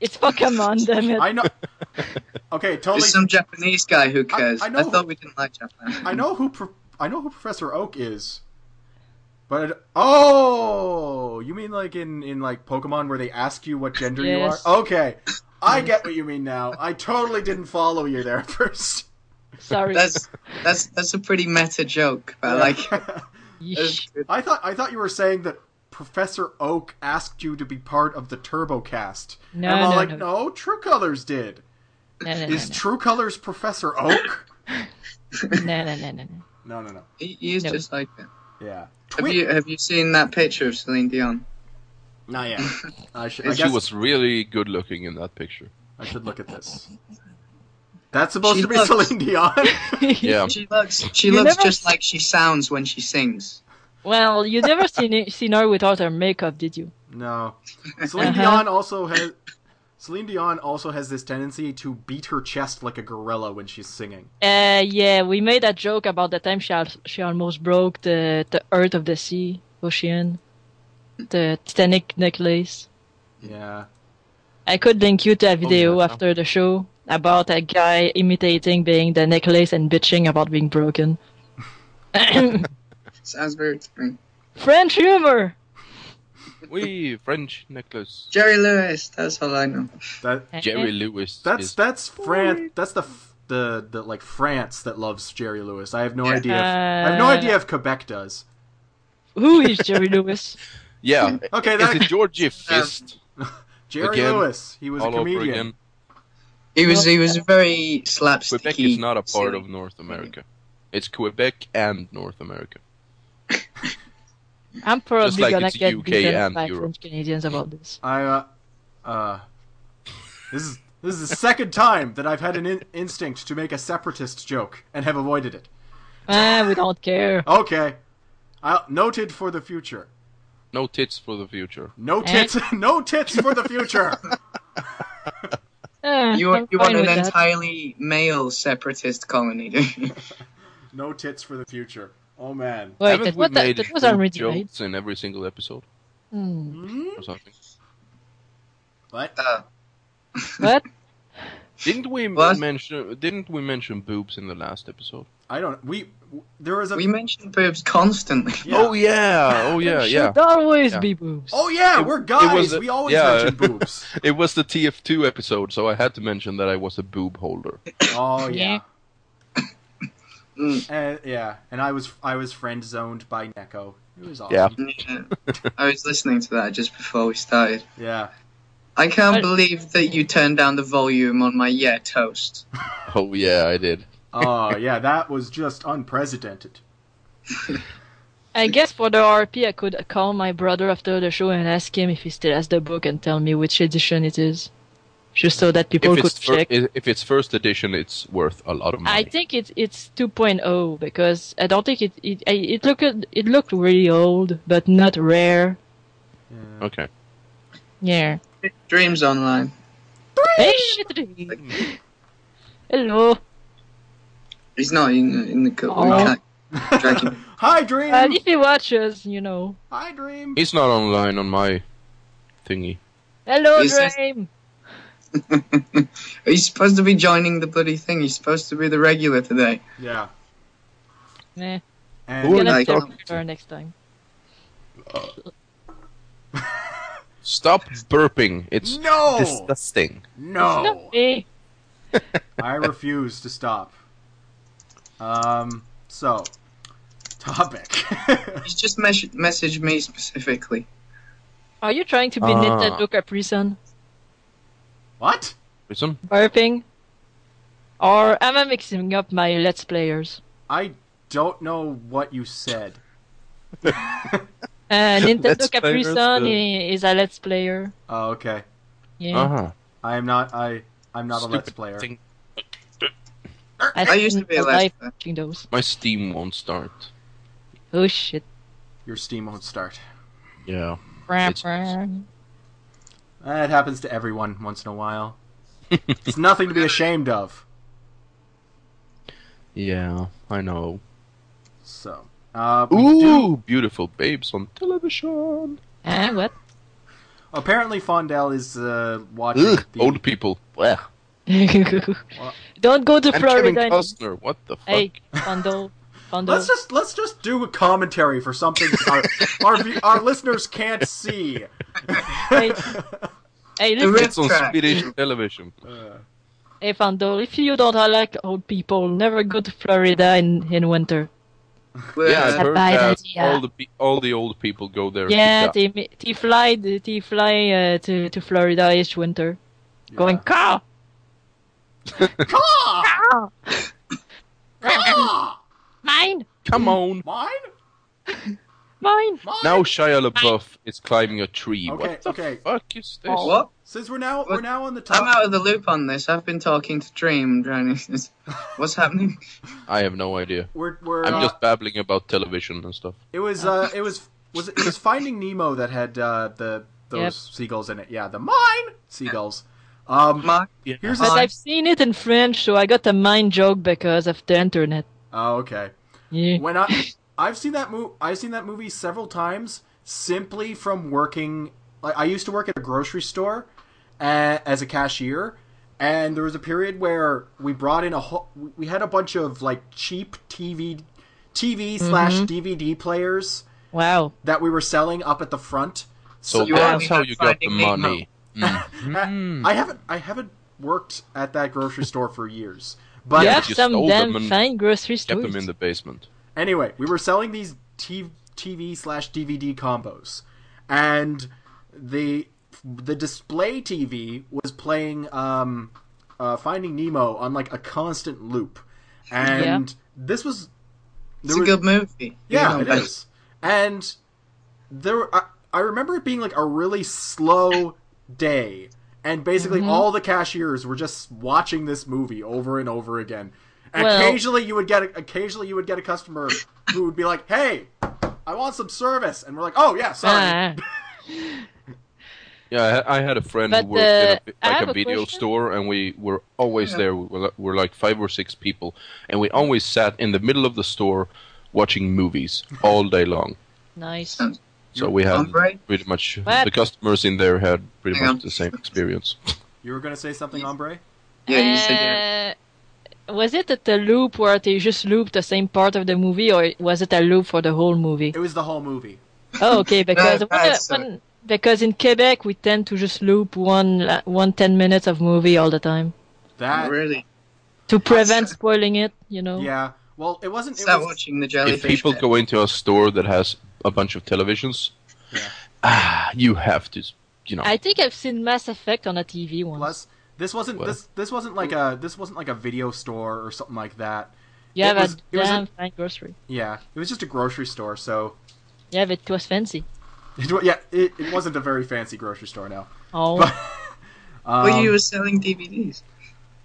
It's Pokemon, [laughs] damn it. I know. Okay, totally. There's some Japanese guy who cares. I I, know thought who- we didn't like Japan. I know who Pro- I know who Professor Oak is, but it- oh, you mean like in in like Pokemon where they ask you what gender Yes. you are? Okay, I get what you mean now. I totally didn't follow you there [laughs] at first. Sorry. [laughs] That's that's that's a pretty meta joke, but I like. it. Yeesh. It's good. [laughs] I thought I thought you were saying that Professor Oak asked you to be part of the TurboCast. No, and I'm all no, like, no. no, True Colors did. No, no, no, Is True Colors Professor Oak? no, no, no, no, [laughs] no. no, no, no. He, he's No. just like it. Yeah, Have you have you seen that picture of Celine Dion? not [laughs] yet. I, should. I She She guess was really good looking in that picture. I should look at this. That's supposed She to be looks- Celine Dion. [laughs] Yeah, She looks she You looks never just s- like she sounds when she sings. [laughs] Well, you never seen it- seen her without her makeup, did you? no, Celine Uh-huh. Dion also has Celine Dion also has this tendency to beat her chest like a gorilla when she's singing. Uh, yeah, we made that joke about the time she al- she almost broke the the earth of the sea ocean, the Titanic necklace. Yeah, I could link you to a video yeah. after the show about a guy imitating being the necklace and bitching about being [laughs] broken. Sounds very different. French humor. we French necklace. Jerry Lewis, that's all I know. that Jerry Lewis. that's is- that's France. That's the f- the the like France that loves Jerry Lewis. I have no Yeah. idea. If, I have no Uh, idea if Quebec does. [laughs] Who is Jerry Lewis? [laughs] yeah. Okay, Is it that Georgie Fist Jerry again, Lewis. He was a all over comedian. again? He was he was a very slapsticky. Quebec is not a part of silly- North America. It's Quebec and North America. I'm probably like gonna it's get UK beaten and by Europe. French Canadians about this. I uh, uh this is this is the second time that I've had an in- instinct to make a separatist joke and have avoided it. Ah, we don't [laughs] care. Okay, I noted for the future. No tits for the future. No tits, [laughs] no tits for the future. Ah, You [laughs] I'm you want fine an with that. entirely male separatist colony, do you? No tits for the future. Oh man. Wait, Haven't that we was, made that, that was already jokes right. in every single episode [laughs] Hmm. Hmm? or something? What? Uh, What? Didn't we What? mention? Didn't we mention boobs in the last episode? I don't. We there was a. we mention boobs constantly. [laughs] yeah. Oh yeah! Oh [laughs] yeah! yeah! Should always Yeah. be boobs. Oh yeah, It- we're it guys. was a- we always yeah. mention boobs. It was the TF2 episode, so I had to mention that I was a boob holder. Oh yeah. [coughs] Mm. Uh, yeah, and I was I was friend zoned by Neko. It was awesome. Yeah. Yeah. [laughs] I was listening to that just before we started. Yeah. I can't I- believe that you turned down the volume on my yeah toast. Oh yeah, I did. Oh yeah, that was just unprecedented. I guess for the RP, I could call my brother after the show and ask him if he still has the book and tell me which edition it is. just so that people If could it's, fir- check. if it's first edition, it's worth a lot of money. I think it's it's 2.0 because I don't think it it I- it looked it looked really old but not rare. Okay. Yeah. Dreams Online. Hey, Hello. He's not in, in the cup. We Aw. can't drag him. [laughs] Hi, Dream. Well, if you watch us, you know. Hi, Dream. He's not online on my thingy. Hello, Is this- Dream. [laughs] He's supposed to be joining the bloody thing. He's supposed to be the regular today. Yeah. Meh. Who And are Eh, I'm gonna you have to talking remember next time. Stop burping. It's no, disgusting. no, Not me. I refuse to stop. Um. So, topic. [laughs] He's just mes- messaged me specifically. Are you trying to be Ah. Nintendo Capri-Sun? what? Prison? Burping? Or am I mixing up my Let's Players? I don't know what you said. Uh, [laughs] Let's Nintendo Players, Capri-Sun uh, i- is a Let's Player. Oh, okay. Yeah. Uh-huh. I am not. I. I'm not a let's Stupid player. thing. I used to spend be a my life Let's Player. watching those. My Steam won't start. Oh shit. Your Steam won't start. Yeah. Ram, It's- ram. That happens to everyone once in a while. it's nothing [laughs] to be ashamed of. Yeah, I know. So, uh, we do- Ooh, beautiful babes on television. Ah, what? apparently Fondel is uh, watching Ugh, the old people. Blech. [laughs] Don't go to And Kevin Florida. Costner. What the fuck? [laughs] [laughs] Hey, Fondo. Let's Fondo. just let's just do a commentary for something [laughs] our our, vi- our listeners can't see. Hey, [laughs] hey, The listen. rip It's on track. Swedish television. Uh, Hey, Fondo, if you don't uh, like old people, never go to Florida in, in winter. We're, uh, yeah, I've a heard bad that idea. all the pe- all the old people go there. to Yeah, die. they, ma- they fly, they fly uh, to, to Florida each winter. Going, car! Caw! [laughs] Caw! Mine! come on. Mine? Mine! Mine? Now Shia LaBeouf is climbing a tree. Okay, what the okay. fuck is this? What? Since we're now we're now on the I'm top. out of the loop on this. I've been talking to Dream. [laughs] Trying to... What's happening? I have no idea. We're we're I'm uh, just babbling about television and stuff. it was uh it was was it, it was Finding Nemo that had uh the those Yep. seagulls in it. Yeah, the mine seagulls. Um, Mark, here's But Mine. I've seen it in French, so I got a mine joke because of the internet. oh okay. Yeah. when I I've seen that movie I've seen that movie several times simply from working like I used to work at a grocery store uh, as a cashier and there was a period where we brought in a whole, we had a bunch of like cheap TV TV slash DVD players Wow. that we were selling up at the front. So hmm. you that's are how you got the finding Nemo. money. I, I haven't I haven't worked at that [laughs] grocery store for years. But You Yeah, have but you some stole them damn and fine grocery stores. Kept them in the basement. Anyway, we were selling these T- TV slash DVD combos, and the the display TV was playing um, uh, Finding Nemo on like a constant loop, and this was it's there a was- good movie. yeah, You it know, is. And there, were- I, I remember it being like a really slow day, and basically Mm-hmm. all the cashiers were just watching this movie over and over again. Well- occasionally, you would get a, occasionally you would get a customer who would be like, "Hey, I want some service," and we're like, "Oh yeah, sorry." Uh. Ah. Yeah, I I had a friend But, who worked uh, in I a, like have a a video question. store, and we were always Yeah. there. We were, li- were like five or six people, and we always sat in the middle of the store watching movies all day long. Nice. Sounds- So we had on break? pretty much What? the customers in there had pretty Hang on. much the same experience. You were gonna say something, Ombre? [laughs] Yeah, you said yeah. Uh, Was it at the loop where they just looped the same part of the movie, or was it a loop for the whole movie? It was the whole movie. Oh, okay, because No, when I- that's, uh, when- because in Quebec we tend to just loop one la- one ten minutes of movie all the time That Really? to prevent spoiling it. You know. yeah. Well, it wasn't. It Start was, watching the if jellyfish. people bit. go into a store that has a bunch of televisions, Yeah. ah, you have to, you know. I think I've seen Mass Effect on a TV once. plus, this wasn't What? this this wasn't like a this wasn't like a video store or something like that. yeah, it but was- it was a- damn fine grocery. Yeah, it was just a grocery store, so Yeah, but it was fancy. It, wa- yeah, it, it wasn't a very fancy grocery store now. Oh, [laughs] But- Um, Well, you were selling DVDs.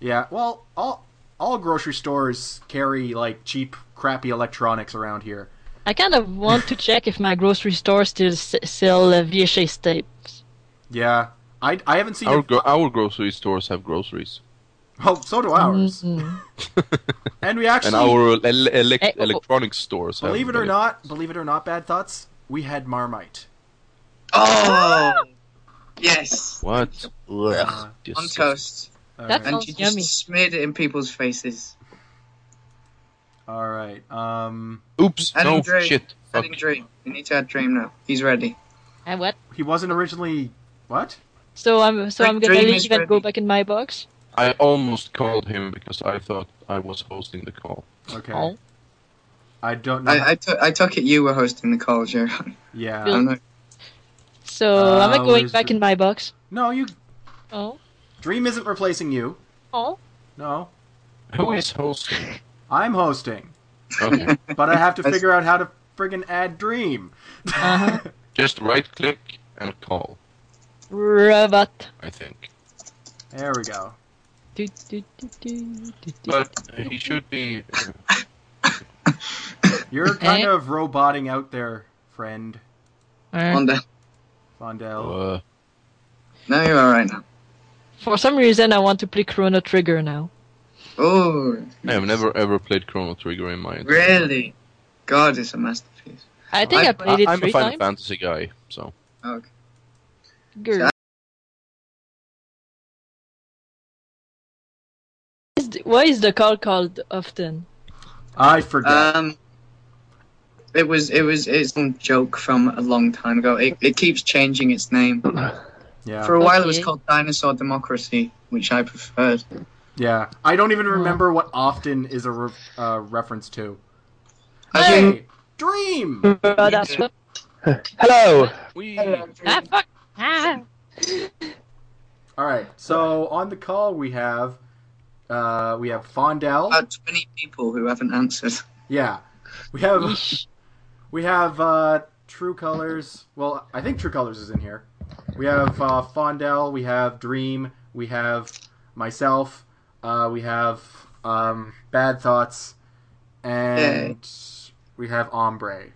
Yeah, well, all all grocery stores carry like cheap, crappy electronics around here. I kind of want to check if my grocery store still s- sell uh, VHS tapes. Yeah, I I haven't seen. Our it. [laughs] gro- our grocery stores have groceries, Oh, so do ours. Mm. Mm-hmm. And we actually, and our el- elec- Eh, oh, oh. electronic stores. have believe it or elec- not, believe it or not, bad thoughts. We had Marmite. Oh, [laughs] yes. What? Uh, Ugh, On disgusting. toast, All That's right. and she Sounds just yummy. smeared it in people's faces. all right. Um, Oops! Adding No Drake. shit. Fuck. Adding Dream. We need to add Dream now. He's ready. I what? he wasn't originally what? So I'm so Like I'm gonna Dream leave is and go ready. back in my box. I almost called him because I thought I was hosting the call. Okay, Oh. I don't Uh-huh. know. I, I, took, I took it you were hosting the call, [laughs] Joe. I yeah, don't know. So am I Uh, going where's back the- in my box? no, you. Oh, Dream isn't replacing you. oh. No, Who is hosting? I'm hosting, Okay. but I have to [laughs] That's- figure out how to friggin' add Dream. Uh-huh. Just right click and call. Robot. I think, [laughs] There we go. Do, do, do, do, do, do. but he should be. uh, You're kind Eh? of roboting out there, friend Uh, On the- Fondell. uh, No, you're alright now. for some reason, I want to play Chrono Trigger now. Oh, I have never ever played Chrono Trigger in my. entire- really? God, it's a masterpiece. I think I, I- played it I, am three a Final times. Fantasy guy, so Okay. Girl. Is the- Why is the call called often? I forgot. Um, it was it was it's some joke from a long time ago. It, it keeps changing its name. yeah, For a while, it was Okay. Oh. called Dinosaur Democracy, which I preferred. yeah. I don't even remember what often is a re- uh, reference to. I Hey, Dream. [laughs] Oh, that's what. Hello. we. Ah, fuck. Ah. All right. So on the call we have, uh, we have Fondell. About twenty people who haven't answered. yeah, we have Yeesh. [laughs] we have uh, True Colors. Well, I think True Colors is in here. We have uh, Fondell. We have Dream. We have myself. Uh, we have um, Bad Thoughts, and we have Ombre.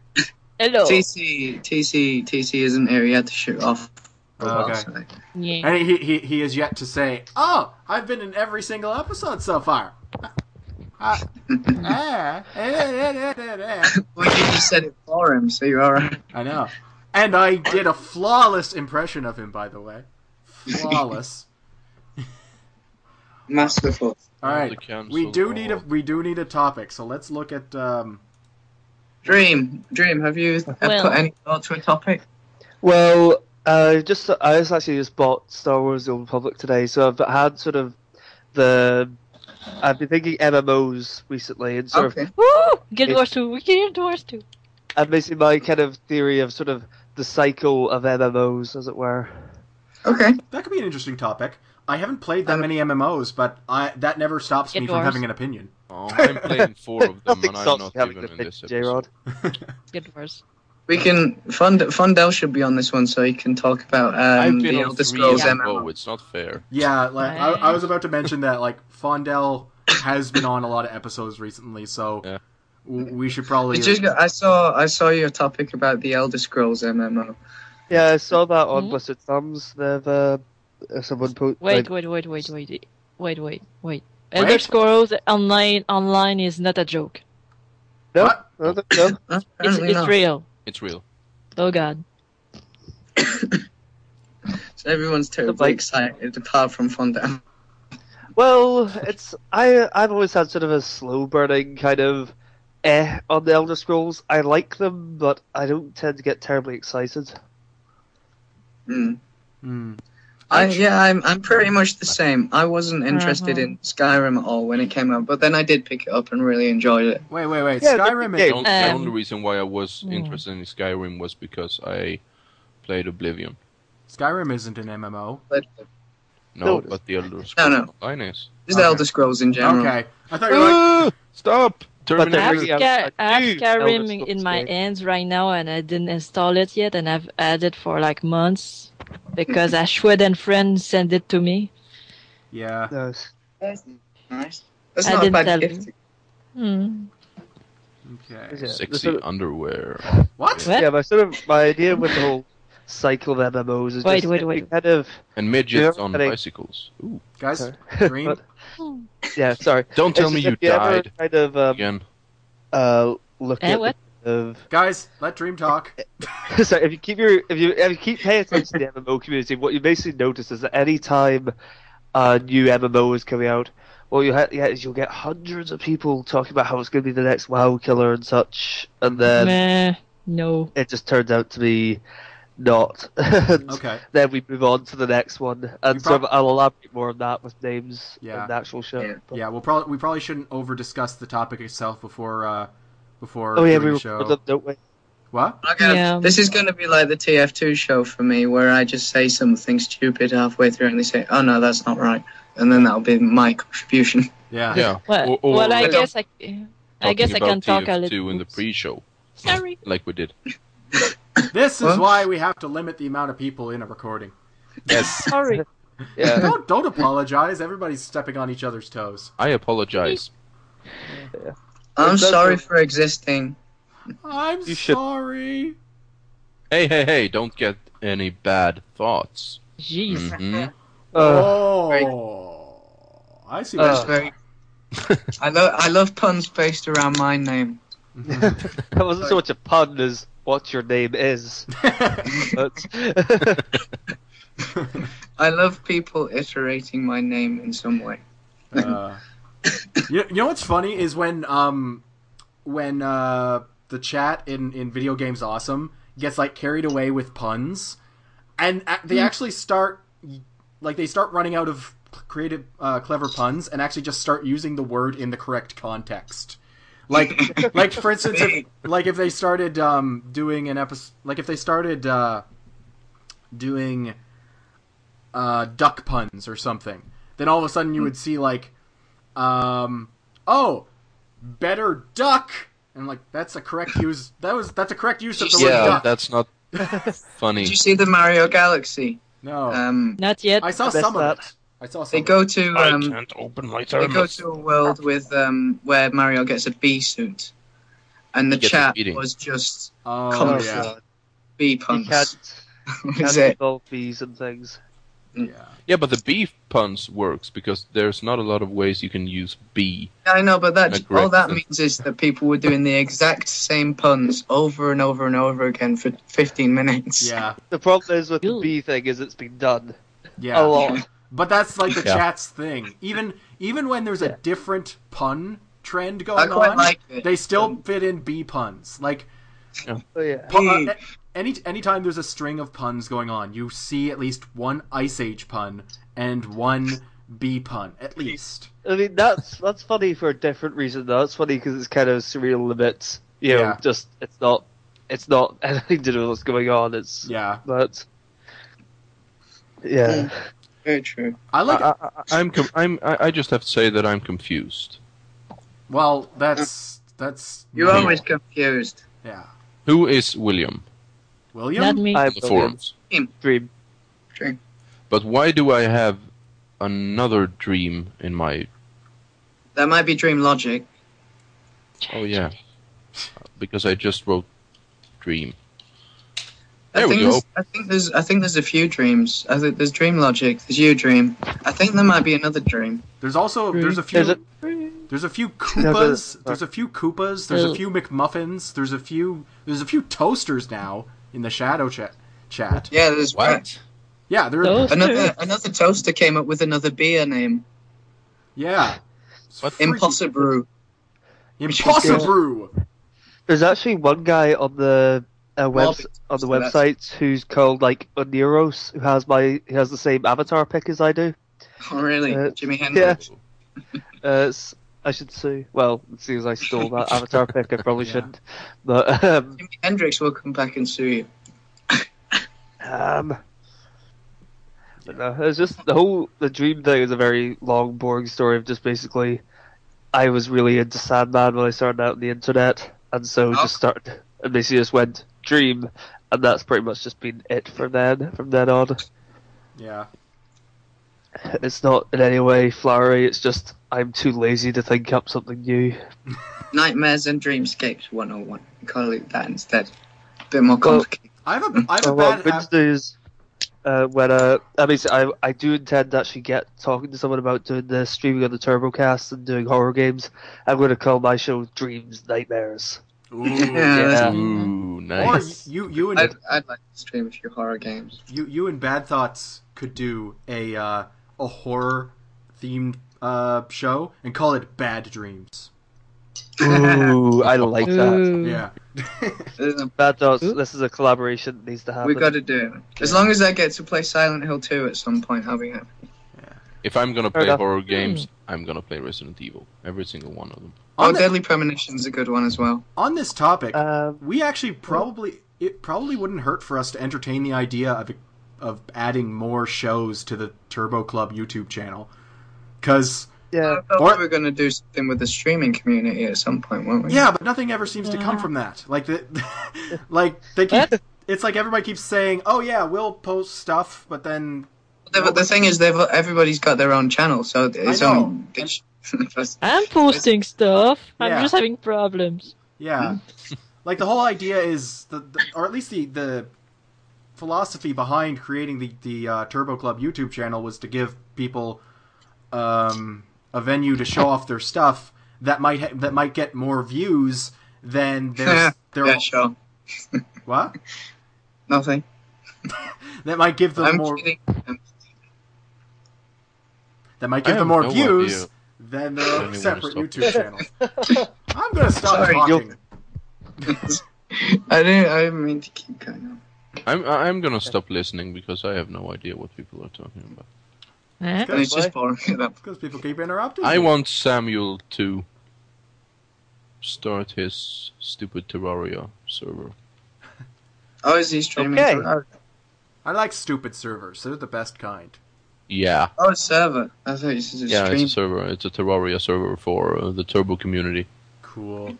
Hello. TC TC TC isn't here. He had to shoot off. for a Oh, while, Okay. so- Yeah. Um, And he, he, he is yet to say, Oh, I've been in every single episode so far. [laughs] Ah, ah, eh, eh, eh, eh, eh. Well, you just said it for him, so you're alright. I know. And I did a flawless impression of him, by the way. Flawless. Masterful. All right. Cancel We do all. need a we do need a topic, so let's look at um Dream, Dream, have you uh, Well- put any thought to a topic? Well, uh, just I just actually just bought Star Wars: The Old Republic today, so I've had sort of the I've been thinking MMOs recently, and sort of Okay. Woo! Guild Wars 2. We Guild Wars 2. and basically my kind of theory of sort of the cycle of MMOs, as it were. Okay. that could be an interesting topic. I haven't played that many MMOs, but I that never stops me Get from yours. having an opinion. Oh, I'm playing four [laughs] of them, Nothing and I'm stops not you having even an in this opinion, episode. J-Rod. Guild Wars. We can Fond- Fondel should be on this one, so he can talk about um, I've been the on Elder three Scrolls in a row, MMO. Oh, It's not fair. Yeah, like I, I was about to mention that like Fondel has been on a lot of episodes recently, so Yeah. w- we should probably Did you, I saw I saw your topic about the Elder Scrolls MMO. Yeah, I saw that on Mhm. Blizzard Thumbs. They've uh, someone put Wait, like, wait, wait, wait, wait, wait, wait, wait. Elder Wait. Scrolls Online Online is not a joke. no, What? no, no, no. Huh? It's, Apparently it's not. real. It's real. Oh God. So everyone's terribly excited apart from Fondel. Well, it's I I've always had sort of a slow burning kind of eh on the Elder Scrolls. I like them, but I don't tend to get terribly excited. Mm. Hmm. I, yeah, I'm I'm pretty much the same. I wasn't interested Uh-huh. in Skyrim at all when it came out, but then I did pick it up and really enjoyed it. Wait, wait, wait. Yeah, Skyrim yeah. is The on- the Um, only reason why I was hmm. interested in Skyrim was because I played Oblivion. Skyrim isn't an MMO. But No, No, it but the Elder Scrolls no. Online is. just Okay. Elder Scrolls in general. Uh, Okay. I thought you were like Ah, stop! But I they're have, really- Scar- I have huge Elder Skyrim Scrolls in my game. hands right now, and I didn't install it yet, and I've had it for like months [laughs] because Ashwood and friends sent it to me. Yeah. Yes. That's nice. That's I not a didn't bad tell gift. Hmm. Okay. Yeah, Sexy sort of- underwear. What? What? yeah, my sort of my idea with the whole cycle of MMOs is Wait, just wait, if wait. you kind of And midgets Yeah, on I- bicycles. Ooh. Guys, sorry. [laughs] dream. Hmm. But- yeah, sorry. Don't tell It's me just you if you ever died Kind of um, again. uh, look Eh, at what? the kind of Guys, let Dream [laughs] talk. so if you keep your if you if you keep paying attention to the MMO community, what you basically notice is that any time a new MMO is coming out, what you ha- yeah, is you'll get hundreds of people talking about how it's going to be the next WoW killer and such, and then Meh, no. it just turns out to be not. [laughs] And Okay. Then we move on to the next one, and You so prob- I'll elaborate more on that with names Yeah. and the actual show. Yeah. But- Yeah, we'll probably we probably shouldn't over discuss the topic itself before uh before Oh yeah, doing we the show. record them, don't we? What? Okay, Yeah. This is going to be like the TF2 show for me, where I just say something stupid halfway through and they say, oh no, that's not right. And then that'll be my [laughs] contribution. Yeah. Yeah. Well, Or- or- well I I guess I, I guess I Talking can about talk a TF2 little. in the Oops. pre-show, Sorry. like we did. [laughs] This is Huh? why we have to limit the amount of people in a recording. Yes, Sorry. [laughs] Yeah. [laughs] Don't don't apologize. Everybody's stepping on each other's toes. I apologize. I'm That's sorry a- for existing. I'm You should- sorry. Hey, hey, hey! Don't get any bad thoughts. Jeez. hmm [laughs] Uh, oh, I see. That's Uh. What [laughs] very. I love I love puns based around my name. [laughs] that wasn't so much a pun as what your name [laughs] is. Oh, [laughs] But I love people iterating my name in some way. Uh, [coughs] you, you know what's funny is when um when uh the chat in in video games awesome gets like carried away with puns and a- they actually start like they start running out of creative uh, clever puns and actually just start using the word in the correct context like like for instance if, like if they started um doing an episode like if they started uh doing uh, duck puns or something. Then all of a sudden Hmm. you would see like, um, oh, better duck, and like that's a correct use. That was that's a correct use of the word Yeah, duck. that's not [laughs] funny. Did you see the Mario Galaxy? No, Um, Not yet. I saw That's some of not- it. I saw some. they of go to um, can't open my they go to a world with um, where Mario gets a bee suit, and the He gets a chat beating. was just it. Oh Comes. yeah, bee [laughs] [laughs] you puns. can't, Was can't it? involve bees and things. yeah. Yeah, but the beef puns works because there's not a lot of ways you can use bee. I know, but that Like all that Rexton. means is that people were doing the exact same puns over and over and over again for 15 minutes. Yeah, The problem is with the Ew. bee thing is it's been done yeah, [laughs] a Oh. lot. but that's like the Yeah. chat's thing. Even even when there's a different pun trend I going quite on, like it. they still fit in B puns. Like Oh yeah. Pu- uh, Hmm. a- any anytime there's a string of puns going on, you see at least one Ice Age pun and one B pun, at least. I mean that's that's funny for a different reason. though. That's funny because it's kind of surreal limits. You know, Yeah. just it's not it's not [laughs] anything to do with what's going on. It's Yeah, but yeah. Very true. I like. I, I, I'm com- I'm I, I just have to say that I'm confused. well, that's that's. You're normal. always confused. yeah, Who is William? William. Not me. I in the forums. dream. True. But why do I have another dream in my? That might be dream logic. [laughs] Oh yeah, because I just wrote dream. There I we think go. there's- I think there's I think there's a few dreams. I think there's dream logic. There's you dream. I think there might be another dream. There's also there's a few There's a there's a few No, go- Koopas. There's a few Koopas. There's a few McMuffins. There's a few there's a few toasters now in the shadow chat chat. Yeah, there's What? Yeah, there. Toaster? another another toaster came up with another beer name. Yeah. What? Impossibrew. Impossible. There's actually one guy on the uh, web Well, on the so that's- website who's called like Oneros, who has my who has the same avatar pick as I do. [laughs] Oh really? Uh, Jimmy yeah. Hendrix. Uh, s- I should say. Well, it seems I stole that avatar pick. I probably Yeah. shouldn't. But um, Jimi Hendrix will come back and sue you. um but no, it's just the whole the dream thing is a very long, boring story of just basically I was really into Sandman when I started out on the internet, and so just started. And they just went Dream, and that's pretty much just been it from then. From then on, Yeah. it's not in any way flowery. It's just I'm too lazy to think up something new. Nightmares and Dreamscapes 101. Call it that instead. A bit more Well- complicated. I have a I have a Oh, [laughs] well, bad hab- Wednesdays, uh, when uh, I mean, I I do intend to actually get talking to someone about doing the streaming on the TurboCast and doing horror games. I'm going to call my show Dreams Nightmares. Ooh. mm, [laughs] Yeah. Ooh, Or nice. you you and I'd, I'd like to stream a few horror games. you you and Bad Thoughts could do a uh, a horror themed uh, show and call it Bad Dreams. [laughs] Ooh, [laughs] I like that. Ooh. Yeah. Uh, Bad thoughts. This is a collaboration that needs to happen. We got to do it. As long as I get to play Silent Hill 2 at some point, I'll be happy. If I'm gonna Fair play enough. horror Hmm. games, I'm gonna play Resident Evil. Every single one of them. Oh, On, the- Deadly Premonition's a good one as well. on this topic, Um, we actually probably it probably wouldn't hurt for us to entertain the idea of of adding more shows to the Turbo Club YouTube channel because yeah. I thought Or- we were going to do something with the streaming community at some point, weren't we? yeah, but nothing ever seems to come from that. Like the [laughs] like they keep. [laughs] It's like everybody keeps saying, "Oh yeah, we'll post stuff," but then The, but the thing is, they've everybody's got their own channel, so it's know. own. they [laughs] sh- I'm posting stuff. Yeah. I'm just having problems. Yeah. Hmm. [laughs] like the whole idea is the, the or at least the the philosophy behind creating the the uh, Turbo Club YouTube channel was to give people um, a venue to show off their stuff that might ha- that might get more views than [laughs] their their yeah, sure. what Nothing. that might give them I'm more kidding. [laughs] that might I give them have more no views idea. than their own Anyone separate stop YouTube channel. I'm gonna stop Sorry, you'll- talking. I didn't. I didn't mean to keep going on. I'm I- I'm gonna stop listening because I have no idea what people are talking about. Eh? And it's just That's boring [laughs] at that Because people keep interrupting. I me. want Samuel to start his stupid Terraria server. Oh, is he streaming? Okay. to- Oh, I like stupid servers. They're the best kind. Yeah, oh, it's server. I thought you said it's yeah, stream. it's a server. It's a Terraria server for uh, the Turbo community. Cool.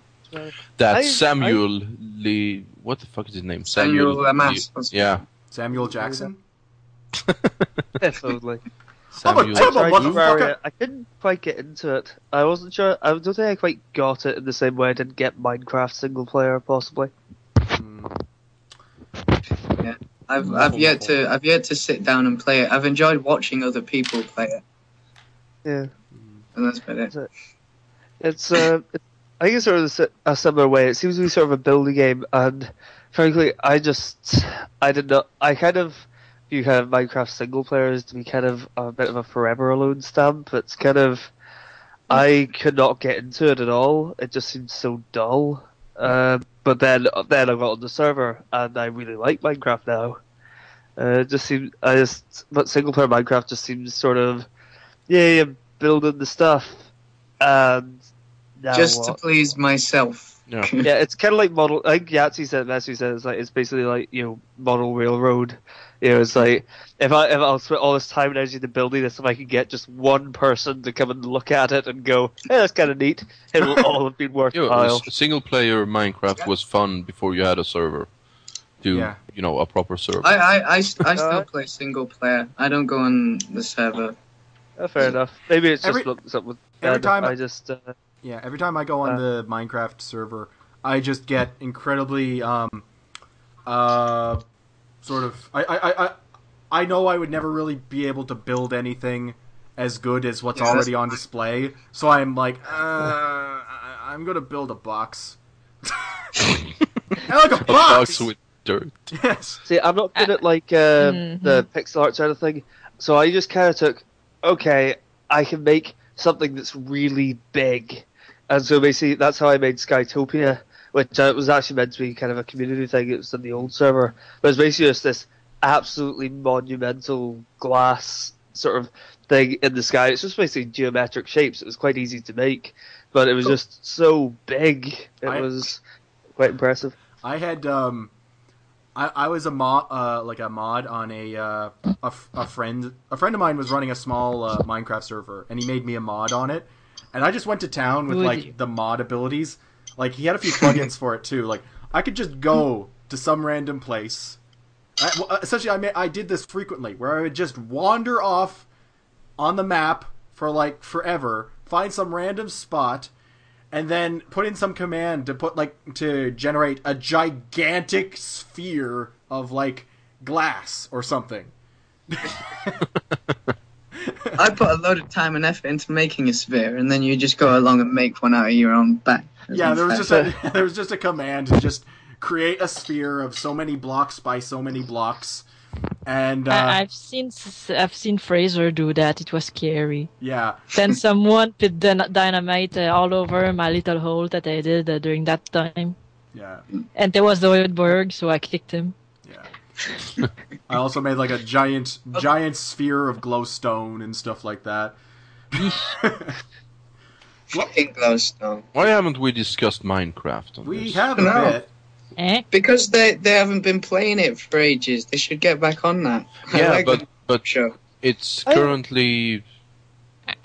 That I- Samuel Lee, what the fuck is his name? Samuel Lamas. Lee- Yeah, Samuel Jackson. [laughs] Definitely. Samuel- I Turbo, tried motherfucker. Terraria. I couldn't quite get into it. I wasn't sure. I don't think I quite got it in the same way I didn't get Minecraft single player, possibly. Hmm. I've I've yet to I've yet to sit down and play it. I've enjoyed watching other people play it, Yeah. and that's about it. It's uh, it- I think it's sort of a si- a similar way. It seems to be sort of a building game, and frankly, I just I did not. I kind of view kind of Minecraft single players to be kind of a bit of a forever alone stamp. It's kind of I could not get into it at all. It just seemed so dull. Uh, but then then I got on the server, and I really like Minecraft now. Uh, it just seems I just but single player Minecraft just seems sort of yeah, yeah building the stuff and now just what? to please myself. [laughs] yeah. yeah, it's kind of like model. Like Yahtzee said, Messi said, it's like it's basically like you know model railroad. You know, it's like if I if I'll spend all this time and energy to building this, if I could get just one person to come and look at it and go, hey, that's kind of neat, it will all have been You know, worthwhile. s- single player Minecraft was fun before you had a server. To Yeah. you know, a proper server. I I, I, I still Uh, play single player. I don't go on the server. Uh, fair enough. Maybe it's just Every- something. something every that time- I just uh, Yeah, every time I go on Uh, the Minecraft server, I just get incredibly um, uh, sort of. I I, I- I I know I would never really be able to build anything as good as what's Yeah, that's- already on display. So I'm like, uh, I, I'm gonna build a [laughs] box. [laughs] I like a a box box. with dirt. Yes. See, I'm not good Uh, at like uh, mhm. the pixel art side of thing, so I just kind of took, okay, I can make something that's really big, and so basically that's how I made Skytopia, which uh, was actually meant to be kind of a community thing. It was in the old server, but it's basically just this absolutely monumental glass sort of thing in the sky. It's just basically geometric shapes. It was quite easy to make, but it was just so big. It I- was quite impressive. I had um, I, I was a mod uh, like a mod on a uh, a, f- a friend a friend of mine was running a small uh, Minecraft server and he made me a mod on it And I just went to town with Would like you? the mod abilities. Like he had a few plugins for it too. Like I could just go to some random place. I, well, uh, essentially, I ma- I did this frequently where I would just wander off on the map for like forever, find some random spot, and then put in some command to put like to generate a gigantic sphere of like glass or something. I put a load of time and effort into making a sphere, and then you just go along and make one out of your own back. Yeah, there was just a [laughs] there was just a command to just create a sphere of so many blocks by so many blocks, and uh, I, I've seen s- I've seen Fraser do that. It was scary. yeah, Then someone put dyn- dynamite uh, all over my little hole that I did uh, during that time, yeah, and there was the Zoidberg, so I kicked him. yeah. I also made like a giant giant sphere of glowstone and stuff like that. [laughs] fucking glowstone Why haven't we discussed Minecraft on We this? have a No. bit. Eh? because they they haven't been playing it for ages. They should get back on that. [laughs] I Yeah, [laughs] like but the but show. it's I- currently.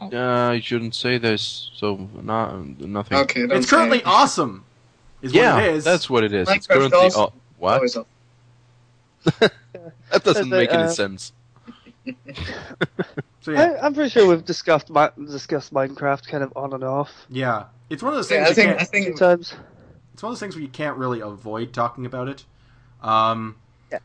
Uh, I shouldn't say this. So no, nothing. Okay, don't It's say currently it. awesome. Is Yeah, what it is. that's what it is. it's Minecraft currently also- oh, what? Always off. That doesn't Is it, make any uh, sense. so yeah, I, I'm pretty sure we've discussed Mi- discussed Minecraft kind of on and off yeah. It's one of those things. Yeah, I you think can't- I a few think times. it's one of those things where you can't really avoid talking about it. Um, Yeah.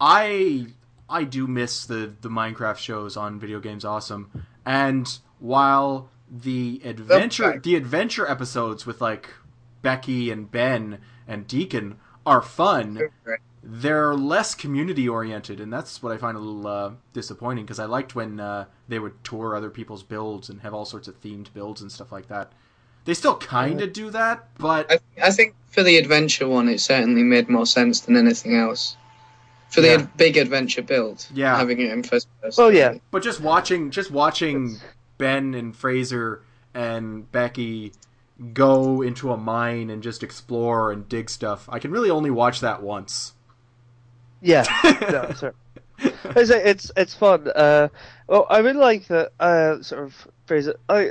I I do miss the the Minecraft shows on Video Games Awesome, and while the adventure Okay. the adventure episodes with like Becky and Ben and Deacon are fun, they're less community oriented, and that's what I find a little uh, disappointing because I liked when uh, they would tour other people's builds and have all sorts of themed builds and stuff like that. They still kind of do that, but I, I think for the adventure one, it certainly made more sense than anything else. For the Yeah. ad- big adventure build, Yeah. having it in first person. Oh yeah, But just watching, just watching Ben and Fraser and Becky go into a mine and just explore and dig stuff. I can really only watch that once. [laughs] yeah. no, sorry. It's it's it's fun. Uh, well, I really like that. Uh, sort of Fraser. I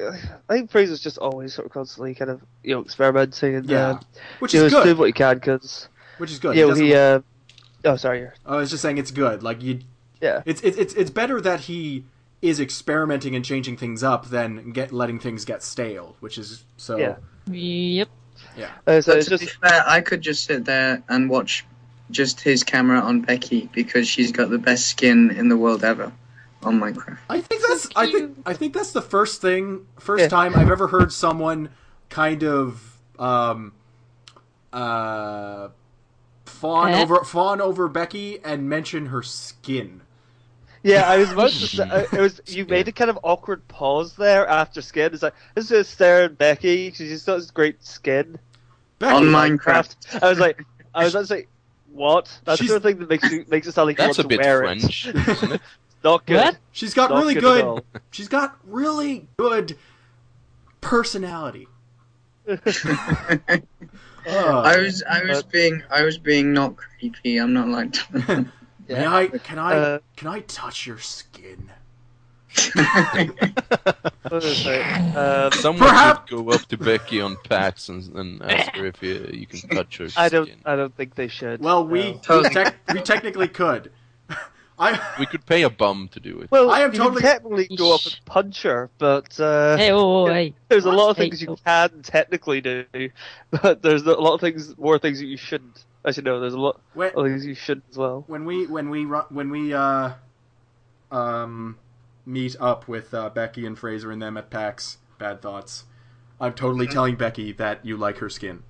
I think Fraser's just always sort of constantly kind of you know experimenting and Yeah, uh, which you know, is just doing good. what you can because Which is good. It you know doesn't- he. Uh, oh, sorry. I was just saying it's good. Like you, Yeah. It's it's it's it's better that he is experimenting and changing things up than get letting things get stale. Which is so. Yeah. Yep. Uh, so But it's to [laughs] just be fair, I could just sit there and watch just his camera on Becky because she's got the best skin in the world ever on Minecraft. I think that's I think I think that's the first thing first Yeah. time I've ever heard someone kind of um uh fawn Eh? over fawn over Becky and mention her skin. Yeah, I was about to say I- [laughs] it was you made a kind of awkward pause there after skin. It's like this is Sarah and Becky. She's got this great skin Becky On like, Minecraft. I was like, I was about to say, what? That's She's- the sort of thing that makes you makes it sound like you That's want a to bit wear French, it. isn't it? Not good. What? she's got Not really good good, at all. she's got really good personality. Uh, I was I was but- being I was being not creepy. I'm not like that. may I can I Uh, can I touch your skin? What was [laughs] I [laughs] saying? Um, Someone Perhaps- should go up to Becky on Pats and, and ask her if you, you can touch her I don't. skin. I don't think they should. Um, Well, we No. we, tec- we technically could. [laughs] I We could pay a bum to do it. Well, I am you totally- can technically go up and punch her, but uh, Hey, oh, yeah. hey. there's a lot of Hey, things oh. you can technically do, [laughs] but there's a lot of things, more things that you shouldn't. As you know, there's a lot wait, of things you shouldn't as well. when we when we ru- when we uh um meet up with uh, Becky and Fraser and them at PAX bad thoughts I'm totally Mm-hmm. telling Becky that you like her skin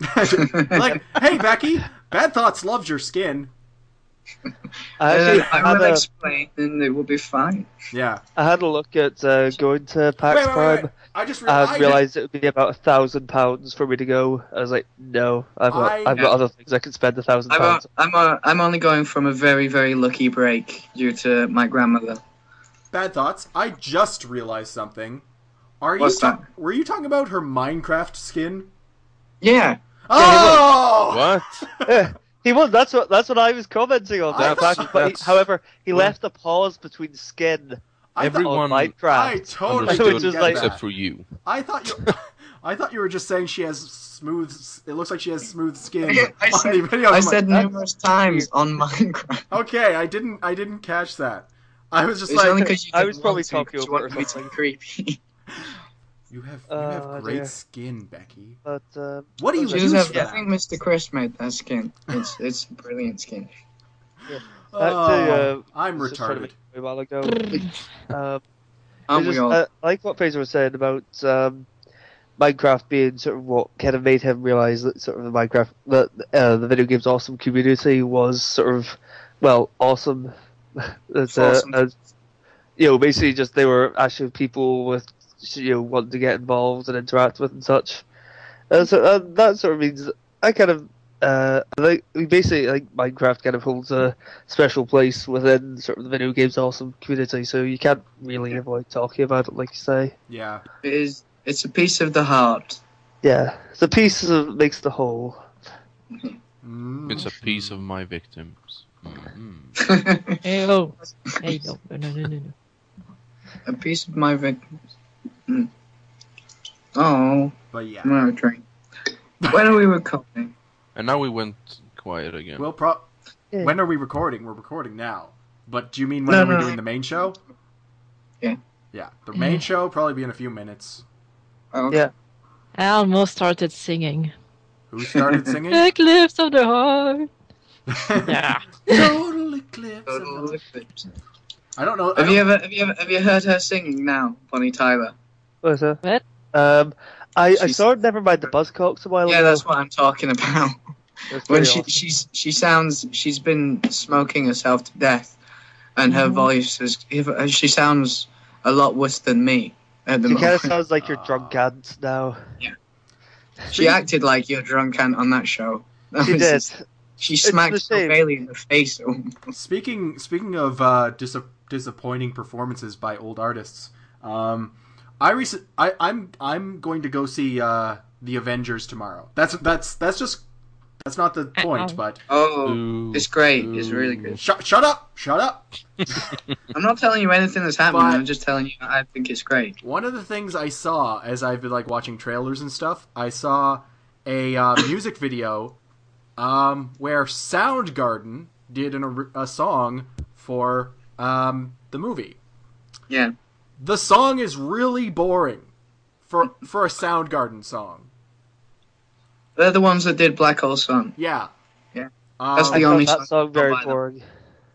[laughs] [laughs] like hey Becky bad thoughts loves your skin I actually [laughs] I had will a- explain, and it will be fine. yeah I had a look at uh, going to PAX wait, wait, wait, Prime. wait. I just rea- I I realised it would be about a thousand pounds for me to go. I was like, no, I've got, I- I've got other things I can spend a thousand I'm pounds. o- I'm o- I'm only going from a very very lucky break due to my grandmother. just- bad thoughts I just realized something are you What's ta- that? were you talking about her Minecraft skin Yeah, oh What? Yeah, he won. That's what that's what I was commenting on. I That was- fact, but he- that's- however, he yeah. left a pause between skin. I thought- Everyone I Minecraft. [laughs] totally Understood. didn't Just get like- that. except for you. I thought you. [laughs] I thought you were just saying she has smooth. s- It looks like she has smooth skin. [laughs] I Oh, on said- the video. I I'm said like, numerous times on [laughs] Minecraft. that- Okay, I didn't. I didn't catch that. I was just It's like, only because you I didn't was probably want to, talking 'cause you over want me to be creepy. you have you Oh, have great dear. skin, Becky. But um, What do you She use Just for have, that? I think Mr. Chris made that skin. It's it's brilliant skin. Oh, uh, I'm this is sort of retarded. a while ago. Um, Aren't we It's just, all? uh, I like what Fraser was saying about um, Minecraft being sort of what kind of made him realize that sort of the Minecraft, that uh, the video games awesome community was sort of, well, awesome. [laughs] That's uh, Awesome. uh, you know, basically just they were actually people with you know wanting to get involved and interact with and such. And so uh, that sort of means I kind of uh, like we basically like Minecraft kind of holds a special place within sort of the video games awesome community, so you can't really avoid talking about it, like you say. Yeah. It is. It's a piece of the heart. [laughs] Yeah, the piece of, makes the whole. Mm. It's a piece of my victims. Mhm. a Hey, oh. Hey, no, no, no, no, no, no. piece of my victims. Mm. Oh, But yeah. I'm out of drink. When are we recording? And now we went quiet again. Well, pro- Yeah. when are we recording? We're recording now. But do you mean when No, are we no, no. doing the main show? Yeah. Yeah. The main Yeah. show probably be in a few minutes. Oh, Yeah. I almost started singing. Who started singing? [laughs] Eclipse of the heart. Yeah. Total eclipse. Total Of- eclipse. I don't know. I Have you don't- ever have you ever have you heard her singing now, Bonnie Tyler? What? uh, What? Um, I, I She's- saw Nevermind the Buzzcocks a while Yeah, ago. that's what I'm talking [laughs] about. That's When pretty she awesome. she's she sounds she's been smoking herself to death, and her Mm-hmm. Mhm. voice is she sounds a lot worse than me at the she kind of moment. sounds like your drunk Ah. aunt [laughs] now. She acted like your drunk aunt on that show. [laughs] That She was did. just- She the smacked Bill same. Bailey in the face. [laughs] Speaking speaking of uh, dis- disappointing performances by old artists, um, I recent I, I'm I'm going to go see uh, the Avengers tomorrow. That's that's that's just that's not the point. Uh-oh. But Oh, Ooh. it's great. It's really good. shut shut up, shut up. I'm not telling you anything that's happening. But- I'm just telling you I think it's great. One of the things I saw as I've been like watching trailers and stuff, I saw a uh, music video um, where Soundgarden did an, or- a song for um, the movie. Yeah. The song is really boring for for a Soundgarden song. They're the ones that did Black Hole Sun. Yeah, Yeah. Um, That's I the found only that song song very by them. boring.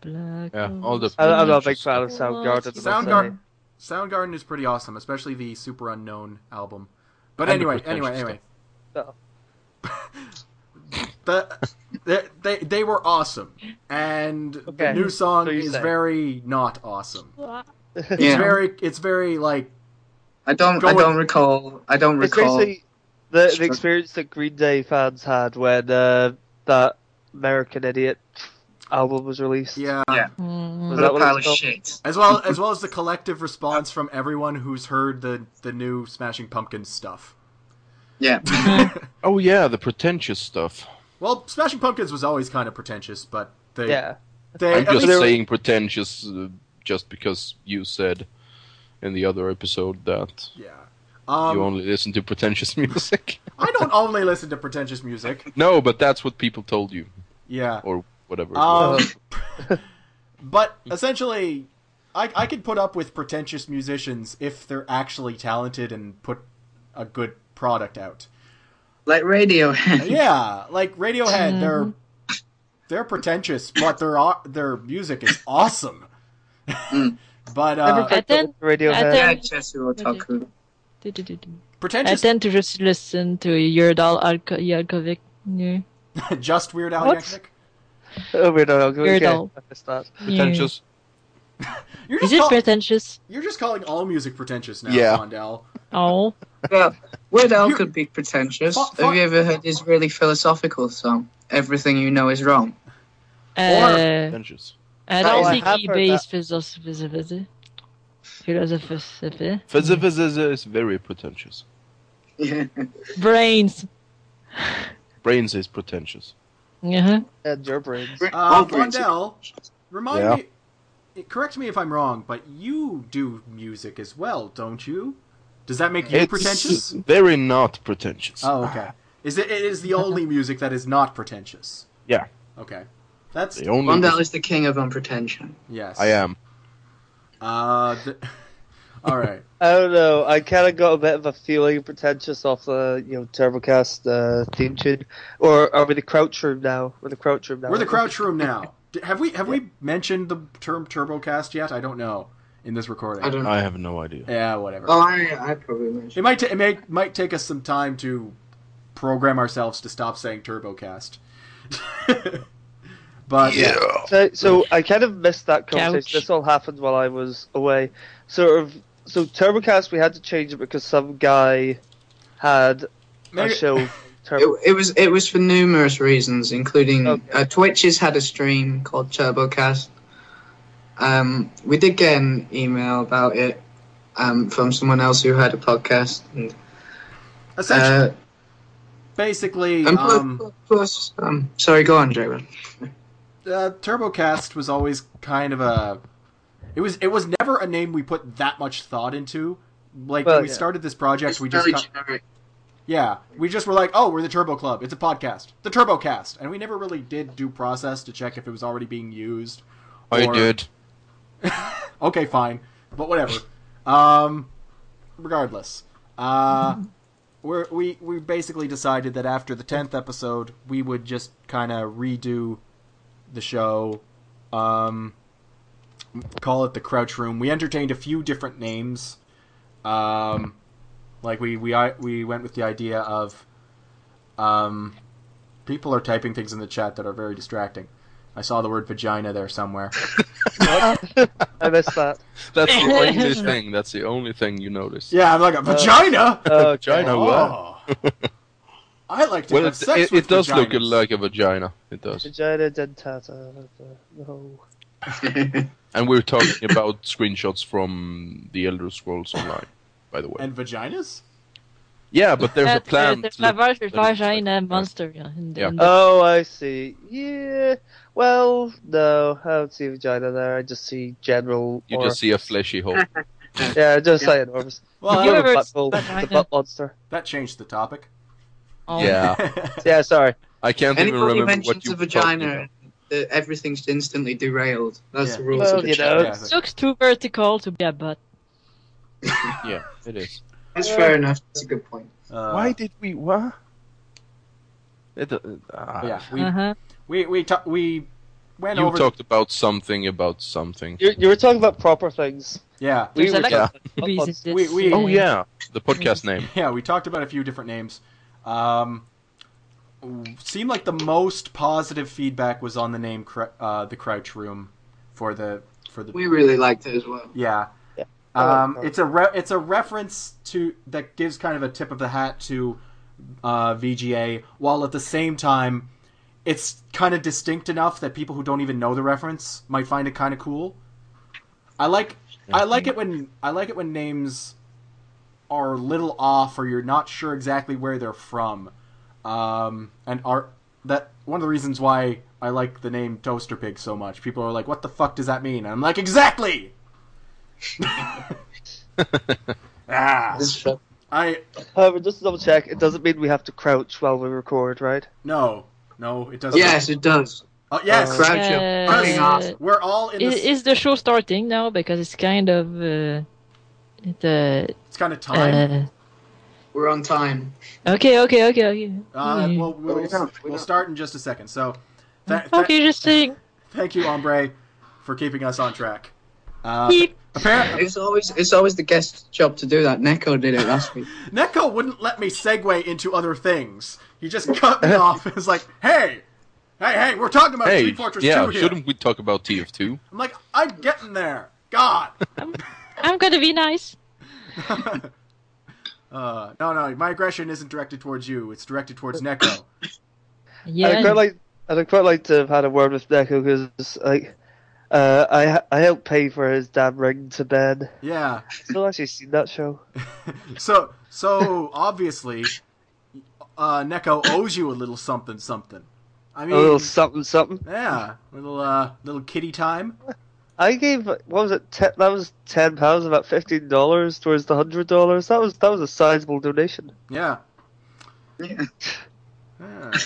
Black Yeah, all the. holes. I, I'm not a big just- fan of Soundgarden. I must say. Soundgarden. Soundgarden is pretty awesome, especially the Super Unknown album. But And the anyway, pretentious anyway, anyway. stuff. Oh. [laughs] the, they, they they were awesome, and the Okay, new song so you is say. very not awesome. It's Yeah. very it's very like I don't. Go I with- don't recall. I don't It's recall. basically the, Stru- the experience that Green Day fans had when uh, that American Idiot album was released. yeah. Yeah. Was Mm. What that a what it pile of was called? shit. As well as well as the collective response from everyone who's heard the the new Smashing Pumpkins stuff. Yeah. Oh yeah, the pretentious stuff. Well, Smashing Pumpkins was always kind of pretentious, but they Yeah. they I'm at just least- saying pretentious, uh, just because you said in the other episode that yeah. Um, you only listen to pretentious [laughs] music. I don't only listen to pretentious music. no, but that's what people told you, Yeah. or whatever. it Um, was. [laughs] but essentially, I, I could put up with pretentious musicians if they're actually talented and put a good product [laughs] out. like [laughs] Radiohead. Yeah, like Radiohead, they're they're pretentious, but their au- their music is awesome. Mm. [laughs] but Never uh, I picked up tend- with Radiohead. I Yeah, Um, Chesu Otaku. I pretentious, tend to just listen to Yurdal Alko- Yalkovic. Yeah. [laughs] just Weird Al What? Yankovic. [laughs] Oh, we're not okay. Weird Al. I missed that. pretentious. You're Is just, it call- pretentious? you're just calling all music pretentious now, Yeah. Mondale. Oh, Well, Weird Al You- could be pretentious. Fu- fu- Have you ever heard his really philosophical song, Everything You Know Is Wrong? uh, Pretentious. I No, don't I think Oh, have he heard based philosophy. Philosophy. Mm. Fizz-fizz-fizz is very pretentious. [laughs] Yeah. Brains. Brains is pretentious. Uh-huh. And your brains. Uh, All brains. Mondale, remind Yeah. me correct me if I'm wrong, but you do music as well, don't you? Does that make you It's pretentious? Very not pretentious. Oh, okay. Is it? It is the only music that is not pretentious. Yeah. Okay. That's The only Rondell is the king of unpretension. yes. I am. Uh, th- [laughs] all right. I don't know. I kind of got a bit of a feeling pretentious off the you know Turbocast uh, theme tune, or are we the Crouch Room now? We're the Crouch Room now. We're the crouch room [laughs] now. D- Have we have we mentioned the term TurboCast yet? I don't know in this recording. I don't know. I have no idea. Yeah, whatever. Oh, I, I probably It mentioned. might ta- it may, might take us some time to program ourselves to stop saying TurboCast. [laughs] but So, so I kind of missed that conversation. Couch. This all happened while I was away. Sort of. So Turbocast, we had to change it because some guy had a maybe- [laughs] show. Turbo. It, it was it was for numerous reasons, including Okay. uh, Twitch's had a stream called TurboCast. Um, we did get an email about it um, from someone else who had a podcast. And, essentially, uh, basically, and plus, um, plus, um, sorry, go on, Jared. uh, TurboCast was always kind of a. It was it was never a name we put that much thought into. Like Well, when we yeah. started this project, It's we just very got- generic. yeah, we just were like, oh, we're the Turbo Club. It's a podcast, the TurboCast, and we never really did due process to check if it was already being used. I or- did. Okay, fine, but whatever. Um, regardless, uh, we're, we we basically decided that after the tenth episode, we would just kind of redo the show. Um, call it the Crouch Room. We entertained a few different names. Um, like we we I, we went with the idea of. Um, people are typing things in the chat that are very distracting. I saw the word vagina there somewhere. [laughs] I missed that. That's the only thing. That's the only thing you notice. Yeah, I'm like a vagina. Oh, Vagina. wow. Oh. I like to Well, have it, sex it, with it does vaginas. look like a vagina. It does. Vagina dentata. No. And [laughs] we're talking about screenshots from the Elder Scrolls Online, by the way. and vaginas. yeah, but there's a But, uh, plant. there's a that- vag- that looks like- vagina monster. yeah, in the- Yeah. in the- Oh, I see. Yeah. Well, no, I don't see vagina there. I just see general. You or, just see a fleshy hole. Yeah, I just say enormous. Well, You the that, ever- butt hole, the vagina. butt monster. that changed the topic. Oh. [laughs] Yeah, Yeah, sorry. I can't [laughs] even Anybody remember what mentions you a were talking about. vagina, that everything's instantly derailed. That's Yeah. the rules Well, of the you know. show. Yeah, It looks too vertical to be a butt. Yeah, it is. That's fair enough. That's a good point. uh, Why did we? What? It, uh, ah. Yeah, we Uh-huh. we we, ta- we went You over. talked about something about something. You, you were talking about proper things. yeah, We There's a were lot of talking about butt reasons monster. We- this, we- uh, Oh yeah, the podcast name. yeah, we talked about a few different names. Um, seemed like the most positive feedback was on the name Cr- uh, the Crouch Room for the for the We really liked it as well. Yeah. Yeah. Um, Oh, okay. it's a re- it's a reference to that gives kind of a tip of the hat to uh, VGA, while at the same time, it's kind of distinct enough that people who don't even know the reference might find it kind of cool. I like I like it when I like it when names are a little off or you're not sure exactly where they're from, um, and are that one of the reasons why I like the name Toaster Pig so much. People are like, "What the fuck does that mean?" And I'm like, "Exactly." [laughs] Ah, This show. I However, just to double check, it doesn't mean we have to crouch while we record, right? no, no, it doesn't. Yes, it does. Oh, yes, Crouch up. Uh, Fucking awesome. we're all in Is, this. is the show starting now? Because it's kind of uh, the. it's kind of time. Uh, We're on time. okay, okay, okay, okay. Uh, well, we'll, We're done, we're we'll done. start in just a second. So, th- th- okay, just saying. thank you, Ombre, for keeping us on track. Uh, Beep. apparently, It's always it's always the guest's job to do that. Neko did it last week. Neko wouldn't let me segue into other things. He just [laughs] cut me off. It's like, hey, hey, hey, we're talking about Hey, Street Fortress yeah, 2 here. shouldn't we talk about TF2? I'm like, I'm getting there. God. [laughs] I'm gonna be nice. Uh, no, no, my aggression isn't directed towards you. It's directed towards Neko. Yeah. And I'd quite like and I'd quite like to have had a word with Neko because like uh, I I helped pay for his damn ring to bed. Yeah. Still actually seen that show. So, so obviously, uh, Neko owes you a little something, something. I mean, A little something something. yeah, little uh, little kitty time. I gave what was it? Te- that was ten pounds, about fifteen dollars towards the hundred dollars. That was that was a sizable donation. Yeah. [laughs] Yeah. Yeah.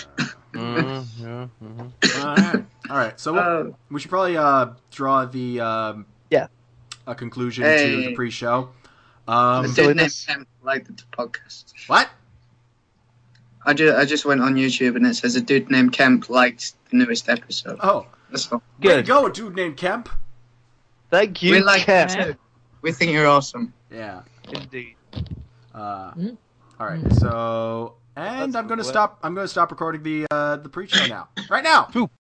Mm, yeah, mhm. [coughs] All right. All right. So we'll- Uh, we should probably uh, draw the um, Yeah. a conclusion to Hey. the pre-show. Um, I So did it name is- him like the podcast. what? I just, I just went on YouTube and it says a dude named Kemp liked the newest episode. Oh, That's all. good. Good. go, a dude named Kemp. Thank you, we like you Kev. too. We think you're awesome. Yeah. Indeed. Uh, Mm. All right. So, and That's I'm going to good. stop. I'm going to stop recording the uh, the pre-show now. Right now. Poop.